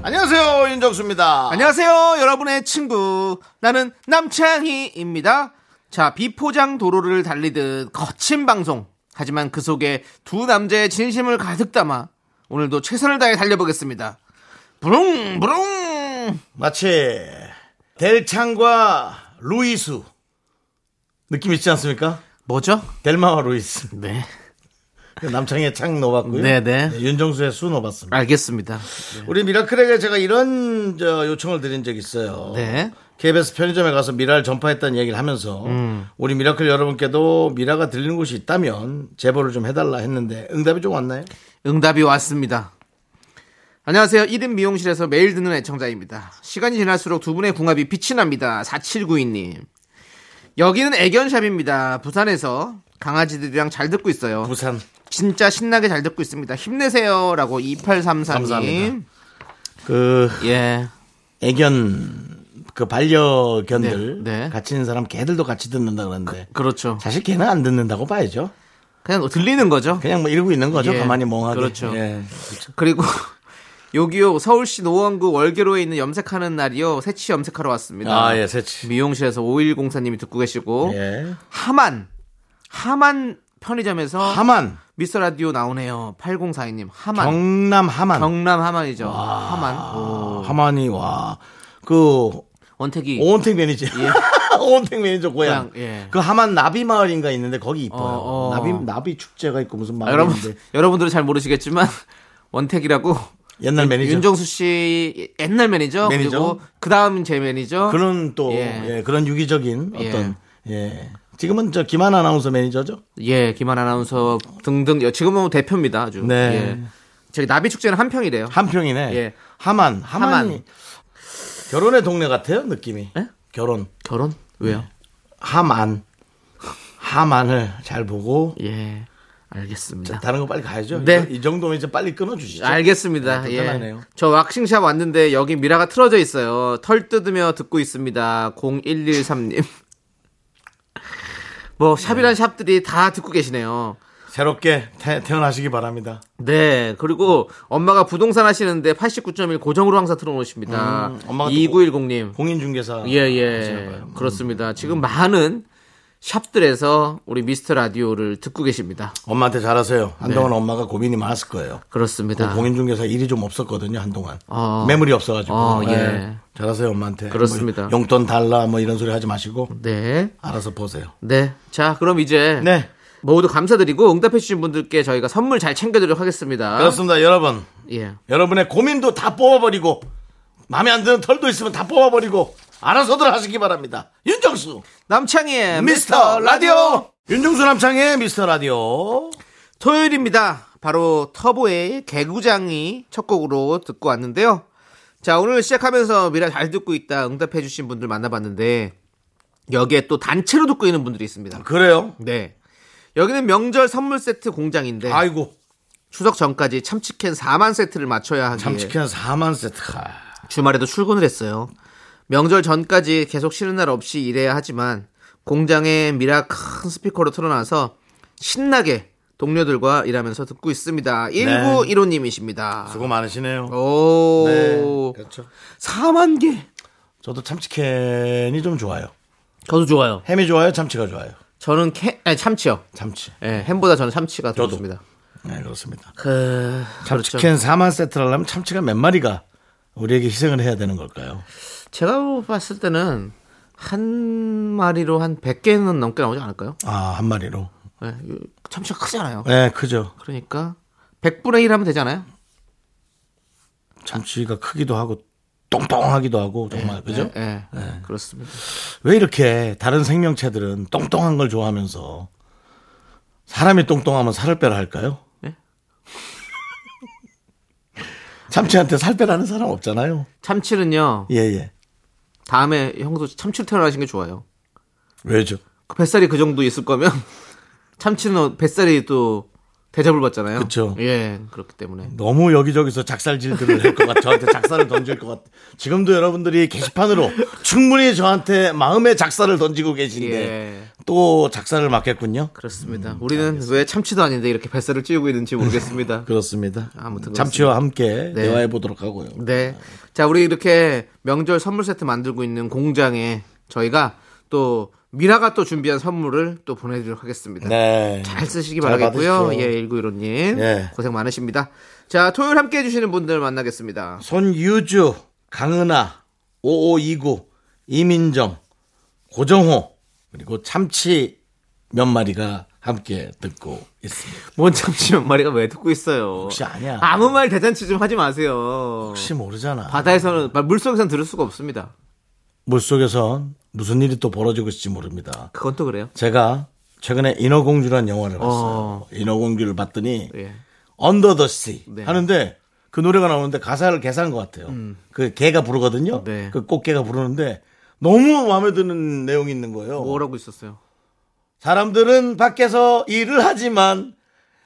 안녕하세요 윤정수입니다. 안녕하세요, 여러분의 친구. 나는 남창희입니다. 자, 비포장 도로를 달리듯 거친 방송. 하지만 그 속에 두 남자의 진심을 가득 담아 오늘도 최선을 다해 달려보겠습니다. 부릉, 부릉! 마치 델창과 루이수 느낌 있지 않습니까? 뭐죠? 델마와 루이스 네. 남창의 창 넣어봤고요. 네네. 윤정수의 수 넣어봤습니다. 알겠습니다. 우리 미라클에게 제가 이런 저 요청을 드린 적이 있어요. 네. KBS 편의점에 가서 미라를 전파했다는 얘기를 하면서 음. 우리 미라클 여러분께도 미라가 들리는 곳이 있다면 제보를 좀 해달라 했는데 응답이 좀 왔나요? 응답이 왔습니다. 안녕하세요. 이름 미용실에서 매일 듣는 애청자입니다. 시간이 지날수록 두 분의 궁합이 빛이 납니다. 4792님. 여기는 애견샵입니다. 부산에서 강아지들이랑 잘 듣고 있어요. 부산 진짜 신나게 잘 듣고 있습니다. 힘내세요. 라고 2834님. 감사합니다. 그 예. 애견 그 반려견들 네, 네. 같이 있는 사람 개들도 같이 듣는다 그러는데 그렇죠. 사실 개는 안 듣는다고 봐야죠. 그냥 들리는 거죠. 그냥 뭐 이러고 있는 거죠. 예, 가만히 멍하게. 그렇죠. 예. 그리고 여기요 서울시 노원구 월계로에 있는 염색하는 날이요 새치 염색하러 왔습니다. 아, 예, 새치. 미용실에서 5104님이 듣고 계시고 예. 하만 하만 편의점에서 아, 하만 미스터 라디오 나오네요. 8042님 하만 경남 하만 경... 남 하만이죠. 하만 아, 하만이 와그 원택이 오원택 매니저. 오원택 매니저 고향. 예. 고향, 예. 그 하만 나비 마을인가 있는데 거기 이뻐요. 어, 어. 나비 나비 축제가 있고 무슨 아, 마을인데 여러분 여러분들은 잘 모르시겠지만 원택이라고 옛날 매니저. 윤정수 씨 옛날 매니저, 매니저? 그리고 그 다음 제 매니저 그런 또 예. 예, 그런 유기적인 어떤 예. 지금은 저 김한 아나운서 매니저죠? 예, 김한 아나운서 등등. 여- 지금은 뭐 대표입니다. 아주. 네. 예. 저기 나비 축제는 한 평이래요. 한평이네. 예. 하만 하만이 하만. 결혼의 동네 같아요 느낌이. 예? 결혼 결혼? 왜요? 하만 하만을 잘 보고 예. 알겠습니다. 다른 거 빨리 가야죠. 네. 이, 이 정도면 이제 빨리 끊어 주시죠. 알겠습니다. 네, 예. 든든하네요. 저 왁싱샵 왔는데 여기 미라가 틀어져 있어요. 털 뜯으며 듣고 있습니다. 0113님. 뭐 네. 샵이란 샵들이 다 듣고 계시네요. 새롭게 태, 태어나시기 바랍니다. 네. 그리고 엄마가 부동산 하시는데 89.1 고정으로 항상 틀어놓으십니다. 음, 엄마가 또 2910님. 공인중개사 예, 하시나 예. 봐요. 음. 뭐. 그렇습니다. 지금 많은 샵들에서 우리 미스터 라디오를 듣고 계십니다. 엄마한테 잘하세요. 한동안 네. 엄마가 고민이 많았을 거예요. 아. 그렇습니다. 공인중개사 일이 좀 없었거든요 한동안 어. 매물이 없어가지고 어, 예. 예. 잘하세요 엄마한테 그렇습니다. 뭐 용돈 달라 뭐 이런 소리 하지 마시고 네. 알아서 보세요 네. 자, 그럼 이제 네 모두 감사드리고 응답해주신 분들께 저희가 선물 잘 챙겨드리도록 하겠습니다. 그렇습니다 여러분 예. 여러분의 고민도 다 뽑아버리고 마음에 안 드는 털도 있으면 다 뽑아버리고 알아서들 하시기 바랍니다 윤정수 남창희의 네, 미스터 라디오 윤정수 남창의 미스터 라디오 토요일입니다. 바로 터보의 개구장이 첫 곡으로 듣고 왔는데요. 자, 오늘 시작하면서 미라 잘 듣고 있다 응답해주신 분들 만나봤는데, 여기에 또 단체로 듣고 있는 분들이 있습니다. 그래요 네. 여기는 명절 선물 세트 공장인데 아이고 추석 전까지 참치캔 4만 세트를 맞춰야 하기에 참치캔 4만 세트 가 주말에도 출근을 했어요. 명절 전까지 계속 쉬는 날 없이 일해야 하지만 공장에 미라 큰 스피커로 틀어놔서 신나게 동료들과 일하면서 듣고 네. 있습니다. 1915님이십니다. 수고 많으시네요 오. 네, 그렇죠 4만 개. 저도 참치캔이 좀 좋아요 저도 좋아요. 햄이 좋아요 참치가 좋아요 저는 캐, 아니, 참치요. 참치 예, 햄보다 저는 참치가 더 저도. 좋습니다. 네 그렇습니다 그... 그렇죠. 참치캔 4만 세트를 하려면 참치가 몇 마리가 우리에게 희생을 해야 되는 걸까요? 제가 봤을 때는 한 마리로 한 100개는 넘게 나오지 않을까요? 아, 한 마리로. 예, 요- 참치가 크잖아요. 네, 크죠. 그러니까 100분의 1 하면 되잖아요. 참치가 크기도 하고 똥똥하기도 하고 정말 그죠? 예, 그렇습니다. 왜 이렇게 다른 생명체들은 똥똥한 걸 좋아하면서 네. 사람이 똥똥하면 살을 빼라 할까요? 참치한테 살 빼라는 사람 없잖아요. 참치는요. 예, 예. 다음에 형도 참치로 태어나신 게 좋아요. 왜죠? 그 뱃살이 그 정도 있을 거면 참치는 뱃살이 또 대접을 받잖아요. 그쵸. 예, 그렇기 때문에. 너무 여기저기서 작살질들을 할 것 같아. 저한테 작살을 던질 것 같아. 지금도 여러분들이 게시판으로 충분히 저한테 마음의 작살을 던지고 계신데 예. 또 작살을 맞겠군요. 그렇습니다. 음, 우리는 왜 참치도 아닌데 이렇게 뱃살을 찌우고 있는지 모르겠습니다. 그렇습니다. 아무튼 참치와 함께 네. 대화해 보도록 하고요. 네. 자, 우리 이렇게 명절 선물 세트 만들고 있는 공장에 저희가 또 미라가 또 준비한 선물을 또 보내드리도록 하겠습니다. 네. 잘 쓰시기 잘 바라겠고요. 받으시죠. 예, 1915님. 예. 고생 많으십니다. 자, 토요일 함께 해주시는 분들 만나겠습니다. 손유주, 강은아, 5529, 이민정, 고정호, 그리고 참치 몇 마리가 함께 듣고 있습니다. 뭔 참치 몇 마리가 왜 듣고 있어요? 혹시 아냐? 아무 말 대잔치 좀 하지 마세요. 혹시 모르잖아. 바다에서는, 물속에서는 들을 수가 없습니다. 물속에선 무슨 일이 또 벌어지고 있을지 모릅니다. 그건 또 그래요. 제가 최근에 인어공주란 영화를 봤어요. 어. 인어공주를 봤더니 예. 언더 더시 네. 하는데 그 노래가 나오는데 가사를 개사한 것 같아요. 그 개가 부르거든요. 음. 네. 그 꽃게가 부르는데 너무 마음에 드는 내용이 있는 거예요. 뭐라고 있었어요? 사람들은 밖에서 일을 하지만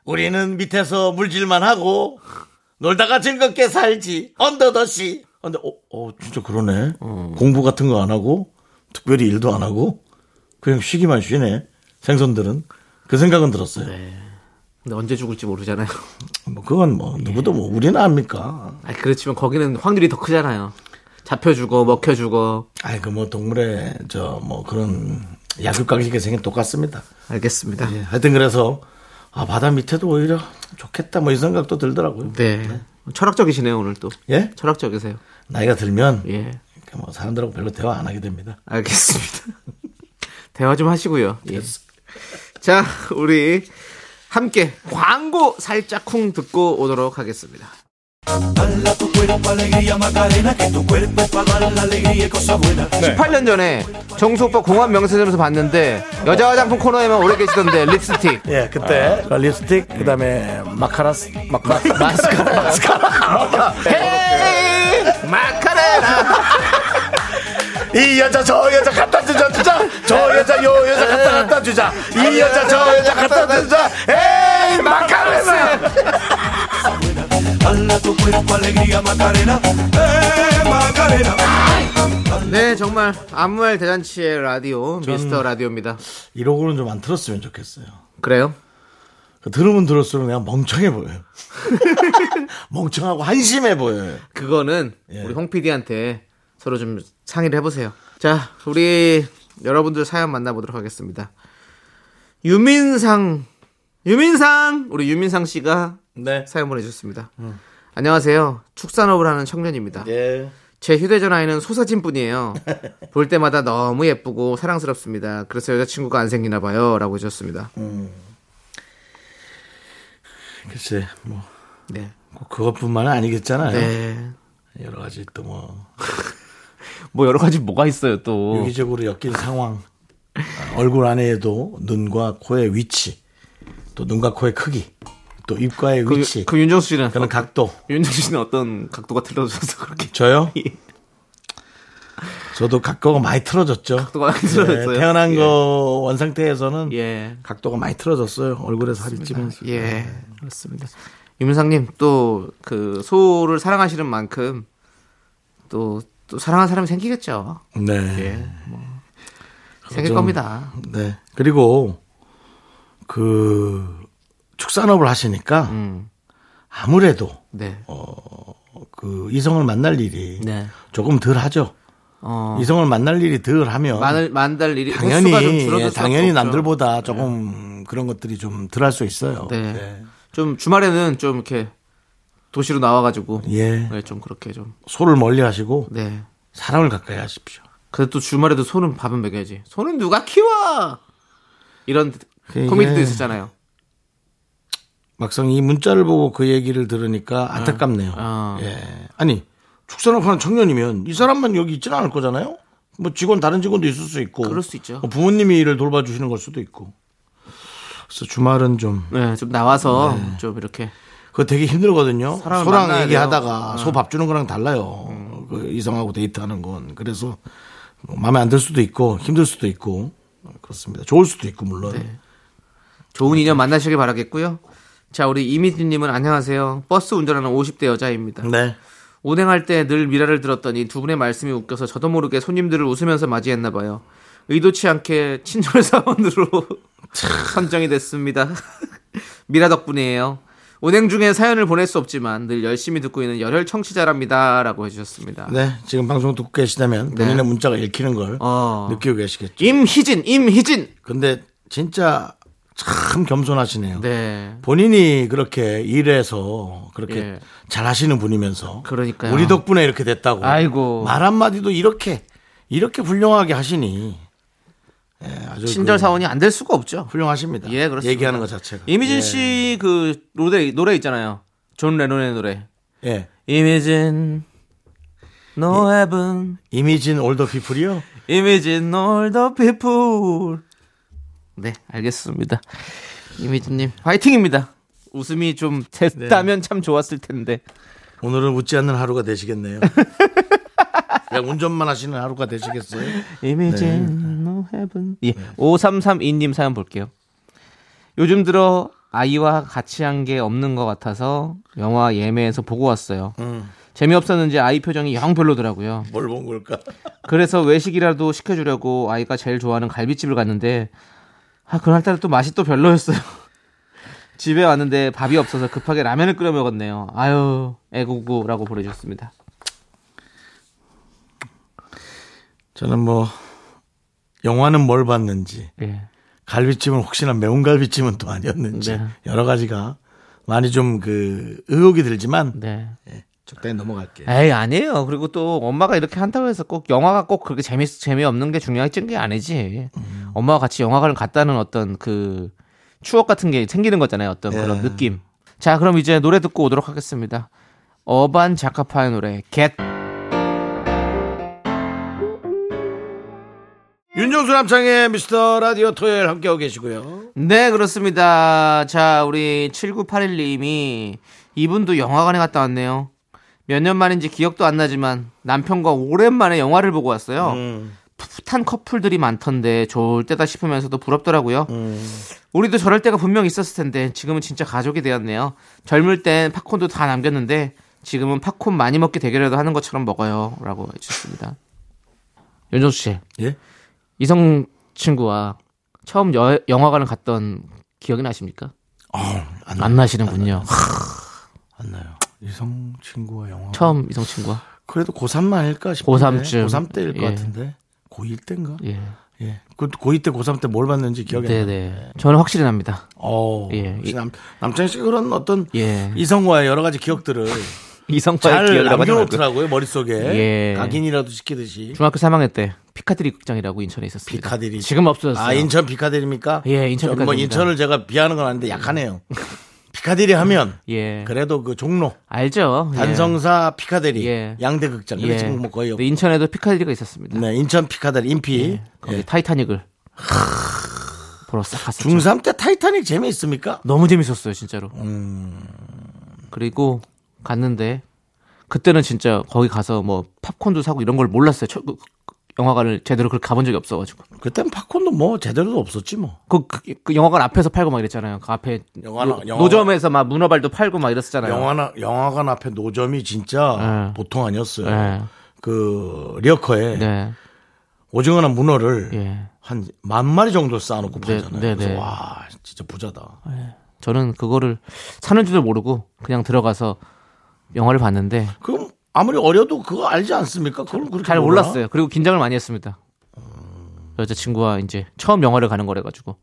우리는 밑에서 물질만 하고 놀다가 즐겁게 살지 언더더시. 근데 어, 어, 진짜 그러네. 공부 같은 거 안 하고 특별히 일도 안 하고 그냥 쉬기만 쉬네. 생선들은 그 생각은 들었어요. 네. 근데 언제 죽을지 모르잖아요. 뭐 그건 뭐 누구도 뭐 우리는 압니까? 네. 아, 그렇지만 거기는 확률이 더 크잖아요. 잡혀주고, 먹혀주고. 아이 그 뭐 동물의 저 뭐 그런 약육강식의 생긴 똑같습니다. 알겠습니다. 예, 하여튼 그래서 아 바다 밑에도 오히려 좋겠다 뭐 이 생각도 들더라고요. 네. 철학적이시네요, 오늘 또. 예? 철학적이세요. 나이가 들면 예. 그뭐 사람들하고 별로 대화 안 하게 됩니다. 알겠습니다. 대화 좀 하시고요. 예. 자, 우리 함께 광고 살짝 쿵 듣고 오도록 하겠습니다. 네. 18년 전에 정수 오빠 공항 명세점에서 봤는데 여자 화장품 코너에만 오래 계시던데 립스틱 예, 그때 그 립스틱 그다음에 마카라스 마카 마스카라 헤이 마카레라 이 여자 저 여자 갖다 주자 주자 저 여자 요 여자 갖다 갖다 주자 이 여자 저 여자 갖다 주자 에이 마카레나 Dala tu cuerpo alegría, Macarena. ¡Eh, Macarena! 네 정말 아무 말 대잔치의 라디오 미스터 라디오입니다 이러고는 좀 안 들었으면 좋겠어요. 그래요? 그 들으면 들을수록 내가 멍청해 보여요. 멍청하고 한심해 보여요. 그거는 예. 우리 홍 PD한테 서로 좀 상의를 해보세요. 자, 우리 여러분들 사연 만나보도록 하겠습니다. 유민상, 유민상, 우리 유민상 씨가 네. 음. 사연 보내주셨습니다. 안녕하세요. 축산업을 하는 청년입니다. 예. 제 휴대전화에는 소사진뿐이에요. 볼 때마다 너무 예쁘고 사랑스럽습니다. 그래서 여자친구가 안 생기나 봐요. 라고 해주셨습니다. 글쎄 뭐 네. 꼭 그것뿐만은 아니겠잖아요. 네. 여러 가지 또 뭐 뭐 여러 가지 뭐가 있어요, 또. 유기적으로 엮인 상황 아, 얼굴 안에도 눈과 코의 위치 또 눈과 코의 크기 또 입가의 그, 위치 그, 그 윤정수 씨는 런 각도 윤정 씨는 어떤 각도가 틀려져서 그렇게 저요? 예. 저도 각도가 많이 틀어졌죠. 각도가 많이 틀어졌어요? 예, 태어난 예. 거 원상태에서는 예. 각도가 많이 틀어졌어요. 얼굴에서 살이 찌면서. 예. 네, 그렇습니다. 유민상님, 또, 그, 소를 사랑하시는 만큼, 또, 또, 사랑하는 사람이 생기겠죠. 네. 예. 뭐. 생길 좀- 겁니다. 네. 그리고 그 축산업을 하시니까 음. 아무래도 네. 그 이성을 만날 일이 네. 조금 덜 하죠. 어. 이성을 만날 일이 덜 하면 만을, 만달 일이, 당연히 횟수가 좀 줄어들 예, 수밖에 당연히 없죠. 남들보다 조금 그런 것들이 좀 덜 할 수 있어요. 네. 좀 주말에는 좀 이렇게 도시로 나와가지고. 네. 예. 네, 좀 그렇게 좀. 소를 멀리 하시고 네. 사람을 가까이 하십시오. 그래도 또 주말에도 소는 밥은 먹여야지. 소는 누가 키워! 이런 그게- 예. 코미디도 있었잖아요. 막상 이 문자를 보고 그 얘기를 들으니까 안타깝네요. 어. 예. 아니, 축산업 하는 청년이면 이 사람만 여기 있지는 않을 거잖아요? 뭐 직원, 다른 직원도 있을 수 있고. 그럴 수 있죠. 뭐 부모님이 일을 돌봐주시는 걸 수도 있고. 그래서 주말은 좀. 네. 네, 좀 나와서 좀 이렇게 그거 되게 힘들거든요. 사람을 소랑 만나야 아. 음. 얘기하다가 소 밥 주는 거랑 달라요. 그 이성하고 데이트하는 건. 그래서 뭐 마음에 안 들 수도 있고 힘들 수도 있고 그렇습니다. 좋을 수도 있고 물론. 네. 좋은 인연 만나시길 바라겠고요. 자, 우리 이미진님은 안녕하세요. 버스 운전하는 50대 여자입니다. 네. 운행할 때 늘 미라를 들었더니 두 분의 말씀이 웃겨서 저도 모르게 손님들을 웃으면서 맞이했나 봐요. 의도치 않게 친절 사원으로 선정이 됐습니다. 미라 덕분이에요. 운행 중에 사연을 보낼 수 없지만 늘 열심히 듣고 있는 열혈 청취자랍니다라고 해주셨습니다. 네. 지금 방송 듣고 계시다면 본인의 문자가 읽히는 걸 네. 어. 느끼고 계시겠죠. 임희진, 임희진. 근데 진짜 참 겸손하시네요. 네, 본인이 그렇게 일해서 그렇게 예. 잘하시는 분이면서 그러니까요. 우리 덕분에 이렇게 됐다고 아이고. 말 한마디도 이렇게 이렇게 훌륭하게 하시니 예, 아주 친절 그 사원이 안 될 수가 없죠. 훌륭하십니다. 예, 그렇습니다. 얘기하는 것 자체가 이미진 예. 씨 그 노래 노래 있잖아요. 존 레논의 노래. 예. 이미진 No heaven, 이미진 올더 피플이요. 이미진 all the people. 네, 알겠습니다. 이미진님 화이팅입니다. 웃음이 좀 됐다면 참 좋았을 텐데. 오늘은 웃지 않는 하루가 되시겠네요. 그냥 운전만 하시는 하루가 되시겠어요? 이미진 no heaven. 예, 5332님 사연 볼게요. 요즘 들어 아이와 같이 한 게 없는 것 같아서 영화 예매해서 보고 왔어요. 재미없었는지 아이 표정이 영 별로더라고요. 뭘 본 걸까? 그래서 외식이라도 시켜주려고 아이가 제일 좋아하는 갈비집을 갔는데 아 그날따라 또 맛이 또 별로였어요. 집에 왔는데 밥이 없어서 급하게 라면을 끓여 먹었네요. 아유 애구구라고 보내주셨습니다. 저는 뭐 영화는 뭘 봤는지 예. 갈비찜은 혹시나 매운 갈비찜은 또 아니었는지 네. 여러 가지가 많이 좀 그 의혹이 들지만 네. 예, 적당히 넘어갈게요. 에이 아니에요. 그리고 또 엄마가 이렇게 한다고 해서 꼭 영화가 꼭 그렇게 재미 재미없는 게 중요한 게 아니지. 음. 엄마와 같이 영화관을 갔다는 어떤 그 추억 같은 게 생기는 거잖아요. 어떤 그런 예. 느낌. 자, 그럼 이제 노래 듣고 오도록 하겠습니다. 어반 자카파의 노래 겟 윤정수 남창의 미스터 라디오 토요일 함께하고 계시고요. 네, 그렇습니다. 자, 우리 7981님이 이분도 영화관에 갔다 왔네요. 몇 년 만인지 기억도 안 나지만 남편과 오랜만에 영화를 보고 왔어요. 풋풋한 커플들이 많던데 좋을 때다 싶으면서도 부럽더라고요. 우리도 저럴 때가 분명 있었을 텐데 지금은 진짜 가족이 되었네요. 젊을 땐 팝콘도 다 남겼는데 지금은 팝콘 많이 먹게 되기라도 하는 것처럼 먹어요. 라고 해주셨습니다. 윤정수 씨. 예? 이성 친구와 처음 여- 영화관을 갔던 기억이 나십니까? 어, 안, 아, 안 나시는군요. 안 나요. 이성 친구와 영화. 처음 이성 친구와. 그래도 고3만 할까 싶은데. 고삼쯤. 고3 때일 것 예. 같은데. 고1 때인가? 예. 예. 그 고2 때 고3 때 뭘 봤는지 기억이 안 나요. 네네. 저는 확실히 납니다. 어. 예. 혹시 남, 남창희 씨가 그런 어떤 예. 이성과의 여러 가지 기억들을 이성과의 잘 기억이 남겨놓더라고요, 머릿속에. 예. 각인이라도 시키듯이. 중학교 3학년 때 피카드리 극장이라고 인천에 있었습니다. 피카디리. 지금 없어졌어요. 아, 인천 피카디리입니까? 예, 인천 저는 뭐 피카디리입니다. 인천을 제가 비하는 건 아닌데 약하네요. 피카디리 하면 예. 그래도 그 종로, 알죠. 예. 단성사 피카디리, 예. 양대극장 예. 이런 친구 뭐 거의 없고. 근데 인천에도 피카드리가 있었습니다. 네, 인천 피카디리 인피. 거기 타이타닉을 보러 싹 갔었죠. 예. 중3 때 타이타닉 재미있습니까? 너무 재밌었어요, 진짜로. 음. 그리고 갔는데 그때는 진짜 거기 가서 뭐 팝콘도 사고 이런 걸 몰랐어요. 처- 그- 그 영화관을 제대로 그렇게 가본 적이 없어가지고 그땐 팝콘도 뭐 제대로도 없었지 뭐. 그, 그- 그 영화관 앞에서 팔고 막 이랬잖아요. 그 앞에 영화나- 노- 영화관- 노점에서 막 문어발도 팔고 막 이랬었잖아요. 영화나 영화관 앞에 노점이 진짜 예. 보통 아니었어요. 예. 그 리어커에 네, 오징어나 문어를 예. 한 만 마리 정도 쌓아놓고 네, 팔잖아요. 네, 그래서 네. 와 진짜 부자다. 저는 그거를 사는 줄도 모르고 그냥 들어가서 영화를 봤는데 그럼 아무리 어려도 그거 알지 않습니까? 그걸 그렇게 잘 몰라? 몰랐어요. 그리고 긴장을 많이 했습니다. 여자친구와 이제 처음 영화를 가는 거래가지고.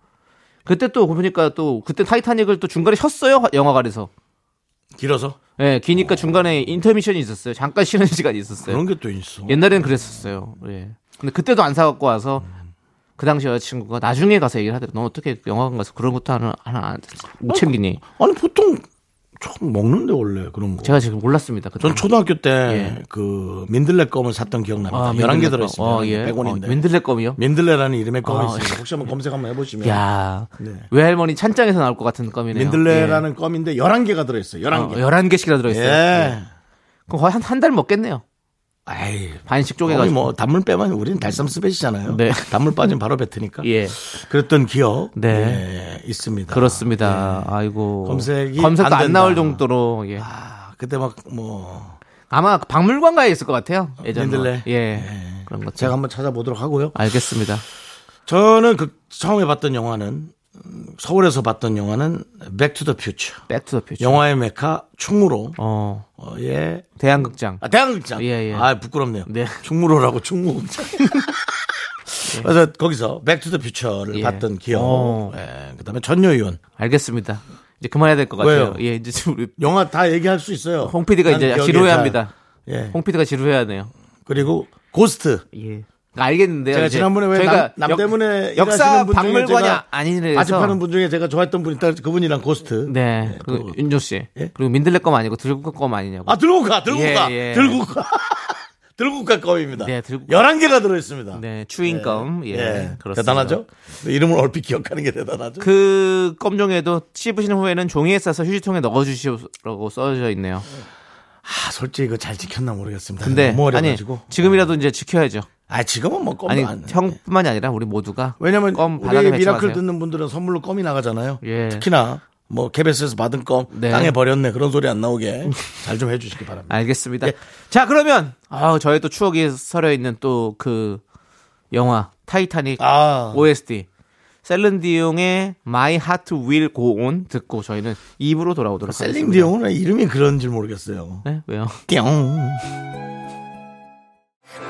그때 또 보니까 또 그때 타이타닉을 또 중간에 쉬었어요. 화- 영화관에서. 길어서 예, 기니까 중간에 인터미션이 있었어요. 잠깐 쉬는 시간이 있었어요. 그런 게 또 있어. 옛날에는 그랬었어요. 예. 근데 그때도 안 사갖고 와서 음. 그 당시 여자친구가 어? 나중에 가서 얘기를 하더라고. 넌 어떻게 영화관 가서 그런 것도 하나, 하나 안- 못 챙기니? 아니 보통 처음 먹는데 원래 그런 거. 제가 지금 몰랐습니다. 그때. 전 초등학교 때 그 민들레 껌을 샀던 기억납니다. 예. 아, 11개 민들레 들어 있습니다. 껌. 아, 예. 100원인데. 어, 민들레 껌이요? 민들레라는 이름의 껌이 아, 있습니다. 혹시 한번 검색 한번 해 보시면 야 네. 외할머니 찬장에서 나올 것 같은 껌이네요. 민들레라는 껌인데 11개가 들어 있어요. 예. 11개. 어, 11개씩이나 예. 들어있어요. 예. 그럼 거의 한, 한 달 먹겠네요. 아이. 반씩 거기 쪼개가지고. 뭐 단물 빼면 우리는 달섬 스벳이잖아요. 네. 단물 빠지면 바로 뱉으니까. 예. 그랬던 기억 네. 예, 있습니다. 그렇습니다. 아이고. 예. 검색이 검색도 안 안 나올 된다. 정도로, 예. 아, 그때 막 뭐 아마 박물관가에 있을 것 같아요. 예전에. 민들레. 예. 그런 것 제가 제가 한번 찾아보도록 하고요. 알겠습니다. 저는 그 처음에 봤던 영화는 음, 서울에서 봤던 영화는 백투더 퓨처. 백투더 퓨처. 영화의 메카 충무로. 어. 어, 예. 대한극장. 아, 대한극장. 예, 예. 아, 부끄럽네요. 네. 충무로라고 충무극장. 그래서 거기서 백투더 퓨처를 예. 봤던 기억. 어. 예. 그다음에 전여의원. 알겠습니다. 이제 그만해야 될 것 같아요. 왜요? 예, 이제 지금 우리 영화 다 얘기할 수 있어요. 홍 PD가 난 이제 기억에 지루해 잘- 합니다. 예. 홍 PD가 지루해하네요. 그리고 고스트. 예. 알겠는데요. 제가 이제 지난번에 왜 저희가 남 남 역- 때문에 역사 일하시는 분 중에 박물관이 제가 아니래서 아집하는 분 중에 제가 좋아했던 분이 있다. 그분이랑 고스트. 네. 예, 그리고 그거. 윤종 씨. 예? 그리고 민들레 껌 아니고 들고 껌 아니냐고. 아 들고 가, 들고 예, 가, 예. 들고 가, 들고 가 껌입니다. 네, 들고 가. 11개가 들어있습니다. 네. 추인 껌. 예. 그렇습니다. 대단하죠? 이름을 얼핏 기억하는 게 대단하죠? 그 껌종에도 씹으시는 후에는 종이에 싸서 휴지통에 넣어주시라고 써져 있네요. 아, 솔직히 이거 잘 지켰나 모르겠습니다. 근데 너무 아니 어려가지고. 지금이라도 이제 지켜야죠. 아, 지금은 뭐 껌도 아니 안. 형뿐만이 아니라 우리 모두가 왜냐면 껌 바닥에 우리 맺지 미라클 마세요. 듣는 분들은 선물로 껌이 나가잖아요. 예. 특히나 뭐 KBS에서 받은 껌 네. 땅에 버렸네 그런 소리 안 나오게 잘 좀 해주시기 바랍니다. 알겠습니다. 예. 자 그러면 아 저의 또 추억이 서려 있는 또 그 영화 타이타닉 아, OST 셀른디용의 My Heart Will Go On 듣고 저희는 입으로 돌아오도록 셀링 하겠습니다. 디옹은 왜 이름이 그런지 모르겠어요. 네 왜요? 띵.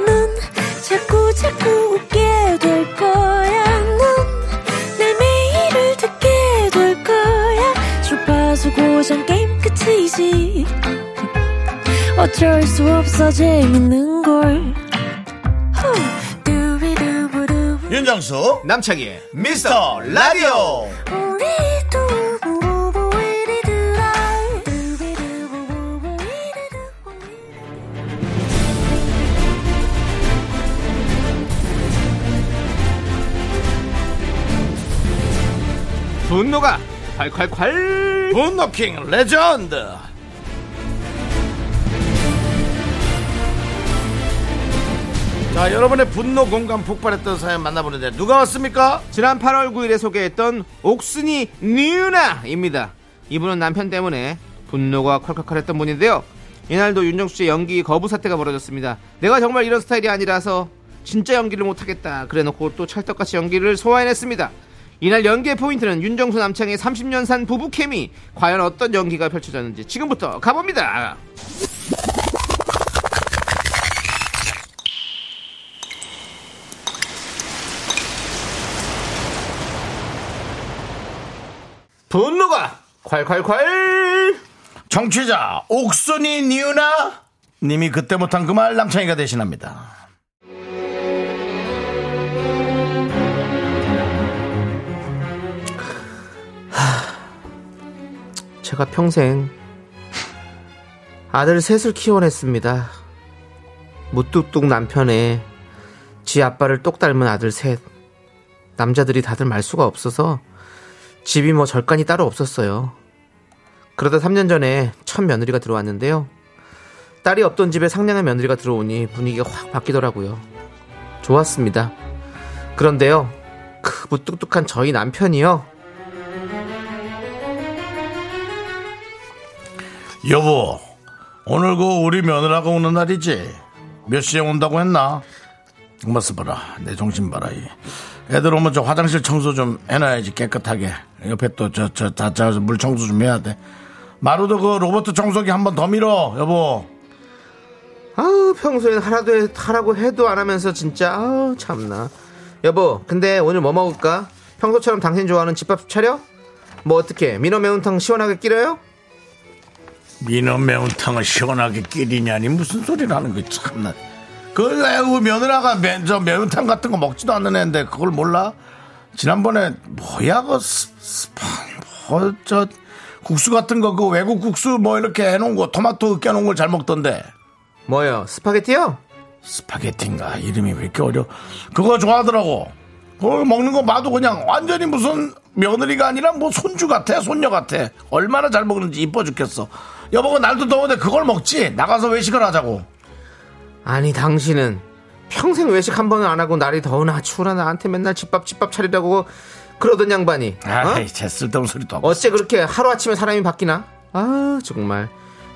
넌 자꾸 자꾸 웃게 될 거야. 넌내 매일을 듣게 될 거야. 주파수 고정 게임 끝이지. 어쩔 수 없어 재밌는 걸. 후. 두비두부두부. 윤정수 남창희의 미스터 라디오 우리 두부부부 우리 두라. 두비두부부부 우리 두부부. 분노가 콸콸콸 분노킹 레전드 자 여러분의 분노 공감 폭발했던 사연 만나보는데 누가 왔습니까? 지난 8월 9일에 소개했던 옥순이 니은아입니다. 이분은 남편 때문에 분노가 콸콸콸했던 분인데요. 이날도 윤정수 씨의 연기 거부 사태가 벌어졌습니다. 내가 정말 이런 스타일이 아니라서 진짜 연기를 못하겠다. 그래놓고 또 찰떡같이 연기를 소화해냈습니다. 이날 연기의 포인트는 윤정수 남창의 30년 산 부부 케미 과연 어떤 연기가 펼쳐졌는지 지금부터 가봅니다. 분노가 콸콸콸 정취자 옥순이 니우나 님이 그때 못한 그 말 남창이가 대신합니다 제가 평생 아들 셋을 키워냈습니다. 무뚝뚝 남편에 지 아빠를 똑 닮은 아들 셋. 남자들이 다들 말수가 없어서 집이 뭐 절간이 따로 없었어요. 그러다 3년 전에 첫 며느리가 들어왔는데요. 딸이 없던 집에 상냥한 며느리가 들어오니 분위기가 확 바뀌더라고요. 좋았습니다. 그런데요, 그 무뚝뚝한 저희 남편이요. 여보 오늘 그 우리 며느라고 오는 날이지 몇 시에 온다고 했나? 엄마 써봐라 내 정신 봐라 이. 애들 오면 저 화장실 청소 좀 해놔야지 깨끗하게 옆에 또 저 저 다짜서 물 청소 좀 해야 돼 마루도 그 로버트 청소기 한 번 더 밀어 여보 아우 평소엔 하라도 해- 하라고 해도 안 하면서 진짜 아우 참나 여보 근데 오늘 뭐 먹을까 평소처럼 당신 좋아하는 집밥 차려 뭐 어떻게 민어 매운탕 시원하게 끼려요 민어 매운탕을 시원하게 끼리냐니 무슨 소리를 하는 거야 참나 그 애우 며느라가 매, 저 매운탕 같은 거 먹지도 않는 애인데 그걸 몰라 지난번에 뭐야 그 스- 스팸 저, 저 국수 같은 거 그 외국 국수 뭐 이렇게 해놓은 거 토마토 으깨놓은 걸 잘 먹던데 뭐요? 스파게티요? 스파게티인가 이름이 왜 이렇게 어려? 그거 좋아하더라고. 그걸 먹는 거 봐도 그냥 완전히 무슨 며느리가 아니라 뭐 손주 같아 손녀 같아 얼마나 잘 먹는지 이뻐 죽겠어 여보가 날도 더운데 그걸 먹지 나가서 외식을 하자고 아니 당신은 평생 외식 한 번은 안 하고 날이 더우나 추우나 나한테 맨날 집밥 집밥 차리라고 그러던 양반이 아이 어? 쟤 쓸데없는 소리도 하고 어째 그렇게 하루아침에 사람이 바뀌나? 아 정말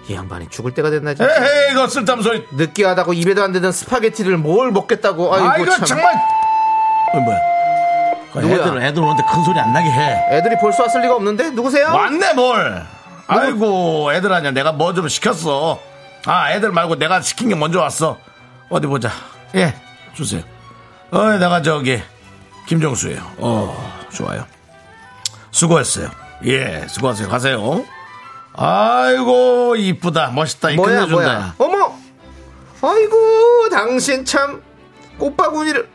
이 양반이 죽을 때가 됐나 진짜 에헤이 이거 쓸데없는 소리 느끼하다고 입에도 안 되는 스파게티를 뭘 먹겠다고 아이고 아 이거 참 정말 어, 뭐야 그 누구야? 애들 애들 오는데 큰 소리 안 나게 해 애들이 벌써 왔을 리가 없는데 누구세요? 왔네 뭘 아이고 애들 아니야 내가 뭐 좀 시켰어 아 애들 말고 내가 시킨 게 먼저 왔어 어디 보자 예 주세요 어 내가 저기 김정수예요 어 좋아요 수고했어요 예 수고하세요 가세요 아이고 이쁘다 멋있다 이 뭐야 끝내준다 뭐야 어머 아이고 당신 참 꽃바구니를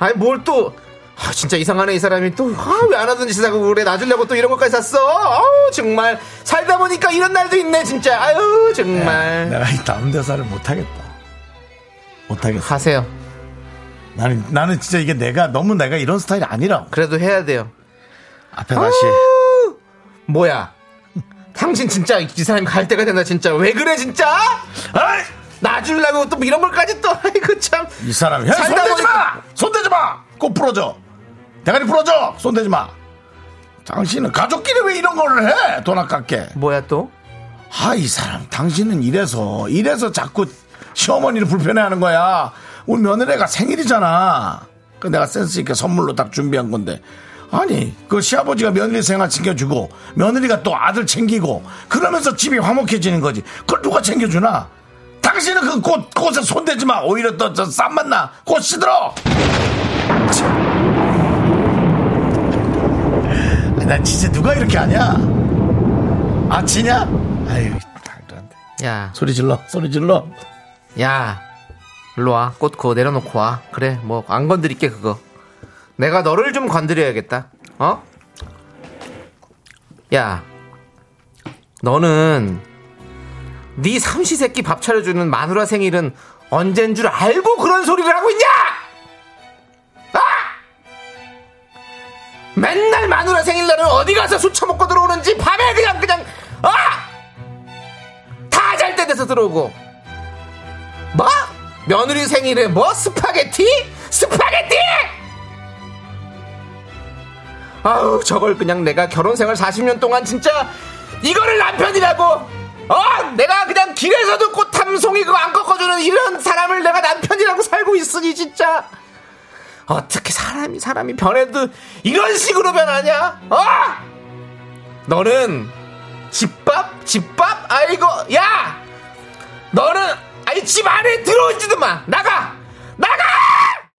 아니 뭘또 아, 진짜 이상하네 이 사람이 또 아, 왜 안 하던 짓을 하고 그래 놔주려고 또 이런 것까지 샀어 아우 정말 살다 보니까 이런 날도 있네 진짜 아유 정말 내가 이 다음 대사를 못하겠다 못하겠어 하세요 나는 나는 진짜 이게 내가 너무 내가 이런 스타일이 아니라 그래도 해야 돼요 앞에 다시 아우, 뭐야 당신 진짜 이 사람이 갈 때가 된다 진짜 왜 그래 진짜 아이! 놔주려고 또 이런 걸까지 또 아이고 참 이 사람 야 살다 손대지 보니까- 마 손대지 마꼭 부러져 대가리 부러져 손대지 마 당신은 가족끼리 왜 이런 거를 해돈 아깝게 뭐야 또 아 이 사람 당신은 이래서 이래서 자꾸 시어머니를 불편해하는 거야 우리 며느리가 생일이잖아 그 내가 센스 있게 선물로 딱 준비한 건데 아니 그 시아버지가 며느리 생활 챙겨주고 며느리가 또 아들 챙기고 그러면서 집이 화목해지는 거지 그걸 누가 챙겨주나 당신은 그 꽃 꽃에 손대지 마 오히려 또 저 쌈만 나꽃 시들어 치. 아니, 난 진짜 누가 이렇게 하냐 아 지냐 아유 말도 안 돼. 야 소리 질러 소리 질러 야, 일로 와. 꽃 그거 내려놓고 와. 그래, 뭐, 안 건드릴게, 그거. 내가 너를 좀 건드려야겠다. 어? 야, 너는 네 삼시세끼 밥 차려주는 마누라 생일은 언젠 줄 알고 그런 소리를 하고 있냐? 아! 맨날 마누라 생일날은 어디 가서 술 처먹고 들어오는지 밤에 그냥 그냥 아! 다 잘 때 돼서 들어오고 뭐? 며느리 생일에 뭐 스파게티? 스파게티! 아우 저걸 그냥 내가 결혼생활 40년 동안 진짜 이거를 남편이라고 어 내가 그냥 길에서도 꽃 탐송이 그거 안 꺾어주는 이런 사람을 내가 남편이라고 살고 있으니 진짜 어떻게 사람이 사람이 변해도 이런 식으로 변하냐 어 너는 집밥 집밥 아이고 야 너는 아니 집 안에 들어오지도 마 나가 나가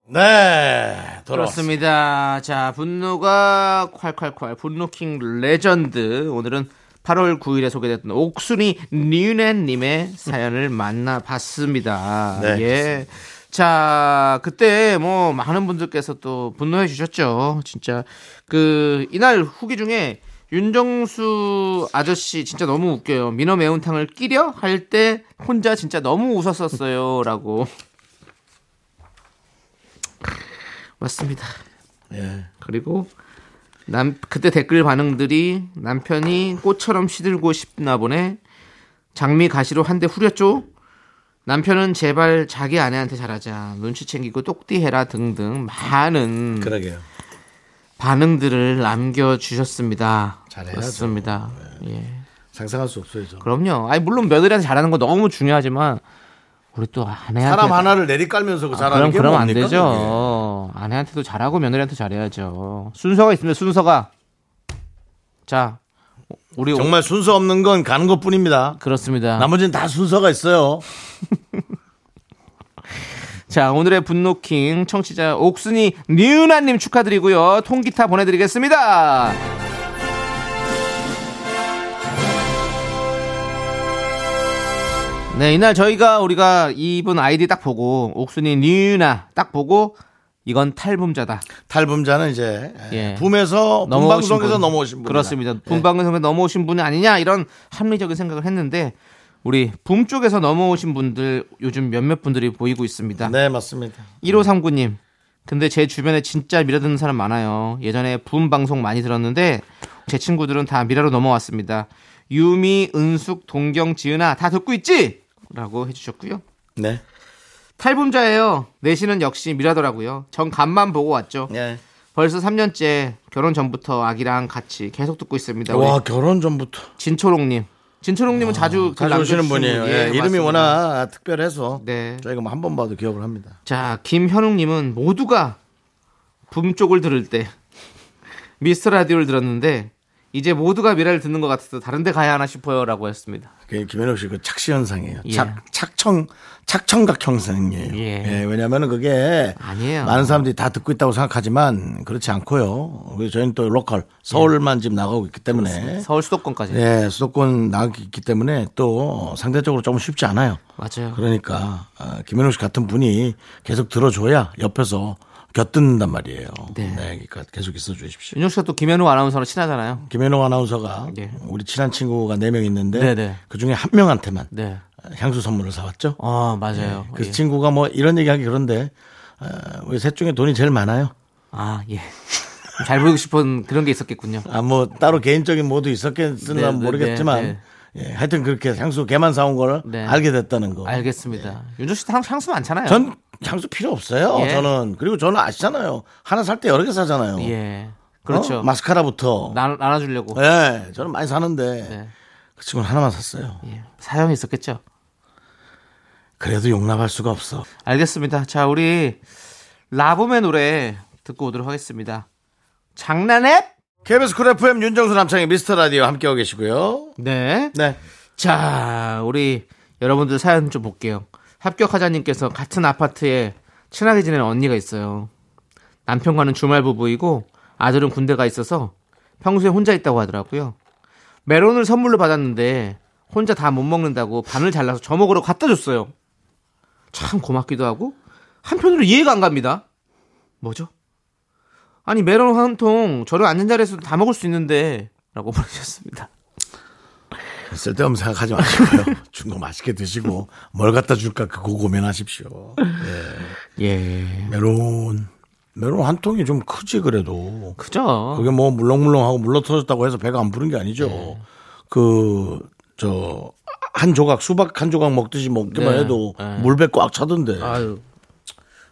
네 돌아왔습니다 그렇습니다 자 분노가 콸콸콸 분노킹 레전드 오늘은 8월 9일에 소개됐던 옥순이 니은혜님의 사연을 만나봤습니다 네, 예. 자 그때 뭐 많은 분들께서 또 분노해 주셨죠 진짜 그 이날 후기 중에 윤정수 아저씨 진짜 너무 웃겨요 민어 매운탕을 끼려 할 때 혼자 진짜 너무 웃었었어요라고 맞습니다. 예. 그리고 남 그때 댓글 반응들이 남편이 꽃처럼 시들고 싶나 보네. 장미 가시로 한 대 후렸죠. 남편은 제발 자기 아내한테 잘하자. 눈치 챙기고 똑띠해라 등등 많은 그러게요 반응들을 남겨 주셨습니다. 잘해야죠. 네. 그렇습니다. 예. 상상할 수 없어요 저 그럼요. 아니 물론 며느리한테 잘하는 거 너무 중요하지만 우리 또 아내한테 사람 하나를 내리깔면서 그 사람이 아, 그럼 그럼 안 되죠. 아내한테도 잘하고 며느리한테 잘해야죠. 순서가 있습니다. 순서가 자 우리 오- 정말 순서 없는 건 가는 것뿐입니다 그렇습니다. 나머지는 다 순서가 있어요 자 오늘의 분노킹 청취자 옥순이 니은아님 축하드리고요. 통기타 보내드리겠습니다. 네 이날 저희가 우리가 이분 아이디 딱 보고 옥순이 니은아 딱 보고 이건 탈북자다. 탈북자는 이제 예. 붐에서 넘어오신 본방송에서 분. 넘어오신 예. 분 그렇습니다. 본방송에서 넘어오신 분이 아니냐 이런 합리적인 생각을 했는데 우리 붐 쪽에서 넘어오신 분들 요즘 몇몇 분들이 보이고 있습니다. 네 맞습니다. 1539님. 근데 제 주변에 진짜 미라 듣는 사람 많아요. 예전에 붐 방송 많이 들었는데 제 친구들은 다 미라로 넘어왔습니다. 유미, 은숙, 동경, 지은아 다 듣고 있지? 라고 해주셨고요. 네. 탈붐자예요. 내신은 역시 미라더라고요. 전 간만 보고 왔죠. 예. 벌써 3년째 결혼 전부터 아기랑 같이 계속 듣고 있습니다. 우리 와 결혼 전부터 진초롱님. 진초롱님은 자주 글 자주 오시는 남겨주시는 분이에요. 분. 예, 예, 이름이 맞습니다. 워낙 특별해서 네. 저희가 뭐 한 번 봐도 기억을 합니다. 자, 김현웅님은 모두가 붐 쪽을 들을 때 미스터 라디오를 들었는데 이제 모두가 미라를 듣는 것 같아서 다른데 가야 하나 싶어요라고 했습니다. 그 김현욱 씨그 착시 현상이에요. 예. 착 착청 착청각 형상이에요. 예. 왜냐하면 그게 아니에요. 많은 사람들이 다 듣고 있다고 생각하지만 그렇지 않고요. 그리고 저희는 또 로컬 서울만 지금 나가고 있기 때문에 서울 수도권까지. 예, 수도권 나가기 때문에 또 상대적으로 조금 쉽지 않아요. 맞아요. 그러니까 아, 김현욱 씨 같은 분이 계속 들어줘야 옆에서 곁듣는단 말이에요. 네. 그러니까 계속 있어 주십시오. 윤혁 씨가 또 김현우 아나운서랑 친하잖아요. 김현욱 아나운서가 예. 우리 친한 친구가 네 명 있는데 네네. 그 중에 한 명한테만 네. 향수 선물을 사왔죠. 아 맞아요. 그 예. 친구가 뭐 이런 얘기하기 그런데 어, 우리 셋 중에 돈이 제일 많아요. 아 예. 잘 보이고 싶은 그런 게 있었겠군요. 아 뭐 따로 개인적인 뭐도 있었겠으나 네, 네, 모르겠지만 네, 예, 하여튼 그렇게 향수 걔만 사온 걸 네. 알게 됐다는 거. 알겠습니다. 윤정 씨도 향- 향수 많잖아요. 전 향수 필요 없어요. 예. 저는 그리고 저는 아시잖아요. 하나 살 때 여러 개 사잖아요. 예. 어? 그렇죠. 마스카라부터. 나, 나눠주려고. 예, 저는 많이 사는데 네. 그 친구는 하나만 샀어요. 예. 사연이 있었겠죠. 그래도 용납할 수가 없어. 알겠습니다. 자, 우리 라붐의 노래 듣고 오도록 하겠습니다. 장난해? KBS 쿨 FM 윤정수 남창의 미스터 라디오 함께하고 계시고요. 네. 네. 자, 우리 여러분들 사연 좀 볼게요. 합격하자님께서 같은 아파트에 친하게 지내는 언니가 있어요. 남편과는 주말 부부이고 아들은 군대가 있어서 평소에 혼자 있다고 하더라고요. 메론을 선물로 받았는데 혼자 다 못 먹는다고 반을 잘라서 저 먹으러 갖다 줬어요. 참 고맙기도 하고 한편으로 이해가 안 갑니다. 뭐죠? 아니 메론 한 통 저를 앉은 자리에서도 다 먹을 수 있는데 라고 보내셨습니다. 쓸데없는 생각하지 마시고요. 준 거 맛있게 드시고 뭘 갖다 줄까 그거 고민하십시오. 예. 메론. 메론 한 통이 좀 크지 그래도. 그죠? 그게 뭐 물렁물렁하고 물러터졌다고 해서 배가 안 부른 게 아니죠. 네. 그, 저, 한 조각, 수박 한 조각 먹듯이 먹기만 네. 해도 네. 물배 꽉 차던데. 아유.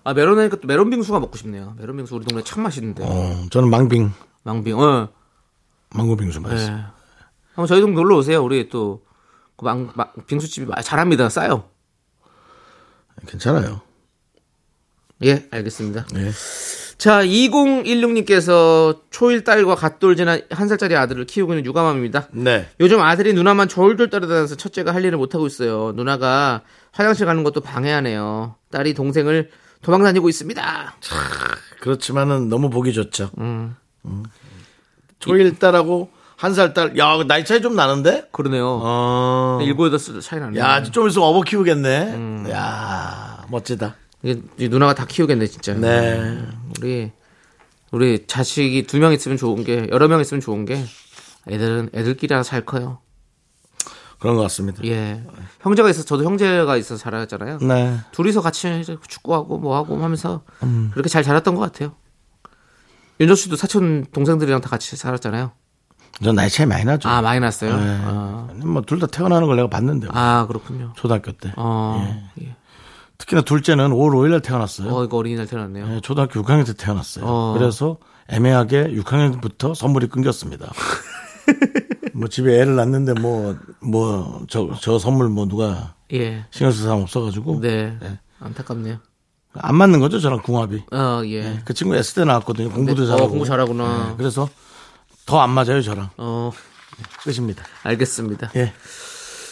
아, 메론 하니까 또 메론 빙수가 먹고 싶네요. 메론 빙수 우리 동네 참 맛있는데. 어, 저는 망빙, 망빙. 어. 망고빙수 예. 맛있어요. 한번 저희 동네 놀러 오세요. 우리 또. 그 망, 망, 빙수집이 마- 잘합니다. 싸요. 괜찮아요. 예, 알겠습니다. 예. 자, 2016님께서 초1 딸과 갓돌 지난 한살짜리 아들을 키우고 있는 육아맘입니다. 네. 요즘 아들이 누나만 졸졸 따라다녀서 첫째가 할 일을 못하고 있어요. 누나가 화장실 가는 것도 방해하네요. 딸이 동생을 도망 다니고 있습니다. 그렇지만은 너무 보기 좋죠. 음. 초일 딸하고 한 살 딸, 야, 나이 차이 좀 나는데? 그러네요. 어. 일곱 여덟 살 차이 음. 나네요. 야, 좀 있으면 어버 키우겠네. 야, 멋지다. 이게 이 누나가 다 키우겠네 진짜. 네. 우리 우리 자식이 두 명 있으면 좋은 게 여러 명 있으면 좋은 게 애들은 애들끼리 하나 잘 커요. 그런 것 같습니다. 예. 형제가 있어 서 저도 형제가 있어 서 자라잖아요. 네. 둘이서 같이 이제 축구하고 뭐 하고 하면서 그렇게 잘 자랐던 것 같아요. 윤정 씨도 사촌 동생들이랑 다 같이 살았잖아요. 전 나이 차이 많이 나죠. 아 많이 났어요. 네. 아, 뭐 둘 다 태어나는 걸 내가 봤는데 요 아, 그렇군요. 초등학교 때 어, 예. 특히나 둘째는 5월 5일 날 태어났어요. 어 이거 어린이날 태어났네요. 예, 초등학교 6학년 때 태어났어요. 어. 그래서 애매하게 6학년부터 선물이 끊겼습니다. 뭐 집에 애를 낳는데 뭐 뭐 저 저 선물 뭐 누가 예. 신경 쓸 사람 없어가지고 예. 네. 안타깝네요. 안 맞는 거죠 저랑 궁합이. 어 예. 그 친구 S 대 나왔거든요. 공부도 네. 잘하고. 어, 공부 잘하구나. 예, 그래서 더 안 맞아요 저랑 어, 끝입니다. 알겠습니다. 예.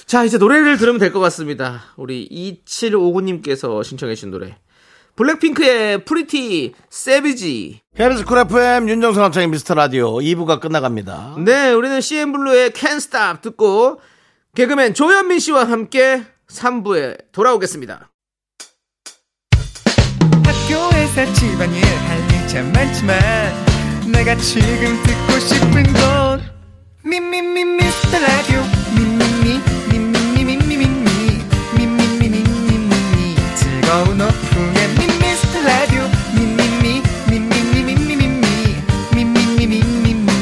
자, 이제 노래를 들으면 될 것 같습니다. 우리 2759님께서 신청해주신 노래. 블랙핑크의 프리티 세비지. KBS 쿨 FM 윤정수 남창의 미스터 라디오 2부가 끝나갑니다. 네, 우리는 CN블루의 Can't Stop 듣고 개그맨 조현민 씨와 함께 3부에 돌아오겠습니다. 학교에서 학교에서 집안일 할 일 참 많지만 내가 지금 듣고 싶은 건 미미미 미스터 라디오 미미미 미미미 미미미 미미미 미미미 즐거운 오후에 미스터 라디오 미미미 미미미 미미미 미미미 미미미